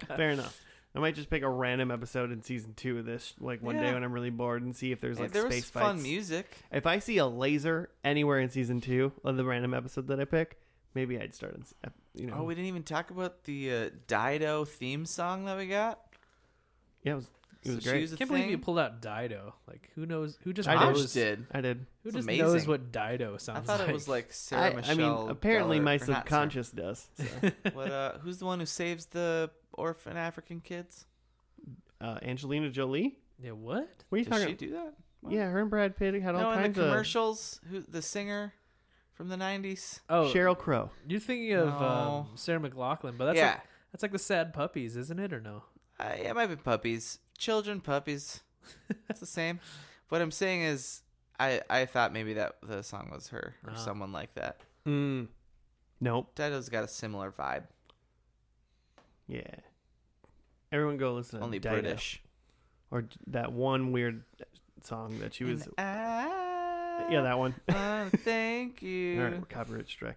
Speaker 1: Fair enough. I might just pick a random episode in season two of this, like one day
Speaker 3: Yeah.
Speaker 1: when I'm really bored, and see if there's
Speaker 3: Hey,
Speaker 1: like
Speaker 3: there was
Speaker 1: space
Speaker 3: fun
Speaker 1: fights.
Speaker 3: music.
Speaker 1: If I see a laser anywhere in season two of the random episode that I pick, maybe I'd start. In, s- ep- you know,
Speaker 3: Oh, we didn't even talk about the uh, Dido theme song that we got.
Speaker 1: yeah, it was it was
Speaker 3: So she
Speaker 1: great.
Speaker 3: was a
Speaker 2: can't believe you
Speaker 3: thing.
Speaker 2: pulled out Dido. Like who knows who just
Speaker 1: Dido.
Speaker 2: knows
Speaker 3: Osh did.
Speaker 1: I did.
Speaker 2: who
Speaker 3: It's
Speaker 2: just
Speaker 3: amazing.
Speaker 2: knows what Dido sounds
Speaker 3: I thought
Speaker 2: like.
Speaker 3: it was like Sarah
Speaker 1: I, I
Speaker 3: Michelle.
Speaker 1: mean, apparently
Speaker 3: Gellar-
Speaker 1: my
Speaker 3: or not Sarah-
Speaker 1: subconscious does. So.
Speaker 3: what? Uh, who's the one who saves the orphan African kids?
Speaker 1: Uh, Angelina Jolie.
Speaker 2: Yeah, what?
Speaker 1: What are you
Speaker 3: Did
Speaker 1: talking? uh,
Speaker 3: she do that? What?
Speaker 1: Yeah, her and Brad Pitt had all
Speaker 3: No, in
Speaker 1: kinds
Speaker 3: the
Speaker 1: of
Speaker 3: commercials. Who the singer from the '90s?
Speaker 2: Oh
Speaker 1: Cheryl Crow.
Speaker 2: you're thinking of
Speaker 3: No.
Speaker 2: um, Sarah McLaughlin, but that's
Speaker 3: yeah,
Speaker 2: like, that's like the sad puppies, isn't it, or no?
Speaker 3: Uh, yeah, it might be puppies. Children, puppies. It's the same. What I'm saying is, I I thought maybe that the song was her or
Speaker 2: Ah.
Speaker 3: someone like that.
Speaker 1: Mm. Nope.
Speaker 3: Dido's got a similar vibe,
Speaker 1: Yeah. Everyone go listen. to
Speaker 3: only
Speaker 1: Uh, Dido.
Speaker 3: British.
Speaker 1: Or j- that one weird song that she was.
Speaker 3: And I
Speaker 1: yeah, that one.
Speaker 3: wanna thank
Speaker 1: All
Speaker 3: you.
Speaker 1: right, copyright strike.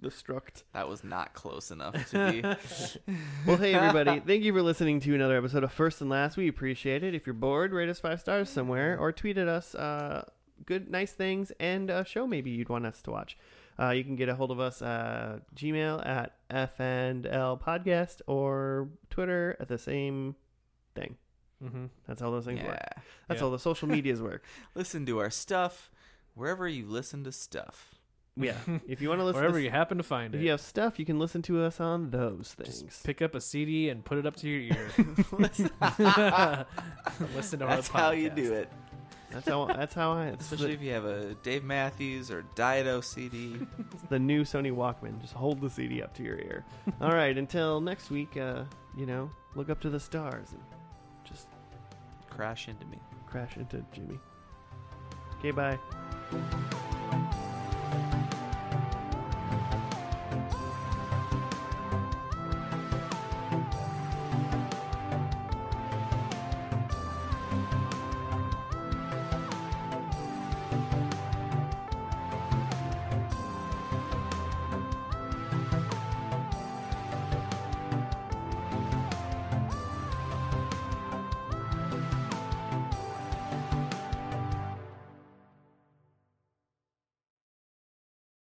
Speaker 1: The struct.
Speaker 3: That was not close enough to be.
Speaker 1: Well, hey, everybody. Thank you for listening to another episode of First and Last. We appreciate it. If you're bored, rate us five stars somewhere or tweet at us uh, good, nice things and a show maybe you'd want us to watch. Uh, you can get a hold of us uh, Gmail at FNL Podcast or Twitter at the same thing.
Speaker 2: Mm-hmm.
Speaker 1: That's how those things work.
Speaker 3: yeah.
Speaker 1: That's
Speaker 2: Yeah.
Speaker 1: all the social medias work.
Speaker 3: Listen to our stuff wherever you listen to stuff.
Speaker 1: Yeah. If you want to listen,
Speaker 2: Wherever
Speaker 1: to,
Speaker 2: you happen to find
Speaker 1: if
Speaker 2: it,
Speaker 1: you have stuff, you can listen to us on those things.
Speaker 2: just pick up a CD and put it up to your ear.
Speaker 3: Listen-
Speaker 2: Listen to
Speaker 3: That's
Speaker 2: our podcast.
Speaker 3: how you do it.
Speaker 1: That's how. That's how I. It's the,
Speaker 3: Especially if you have a Dave Matthews or Dido CD.
Speaker 1: the new Sony Walkman. Just hold the CD up to your ear. All right. Until next week. Uh, you know, look up to the stars and just
Speaker 3: Crash into me.
Speaker 1: crash into Jimmy. Okay. Bye.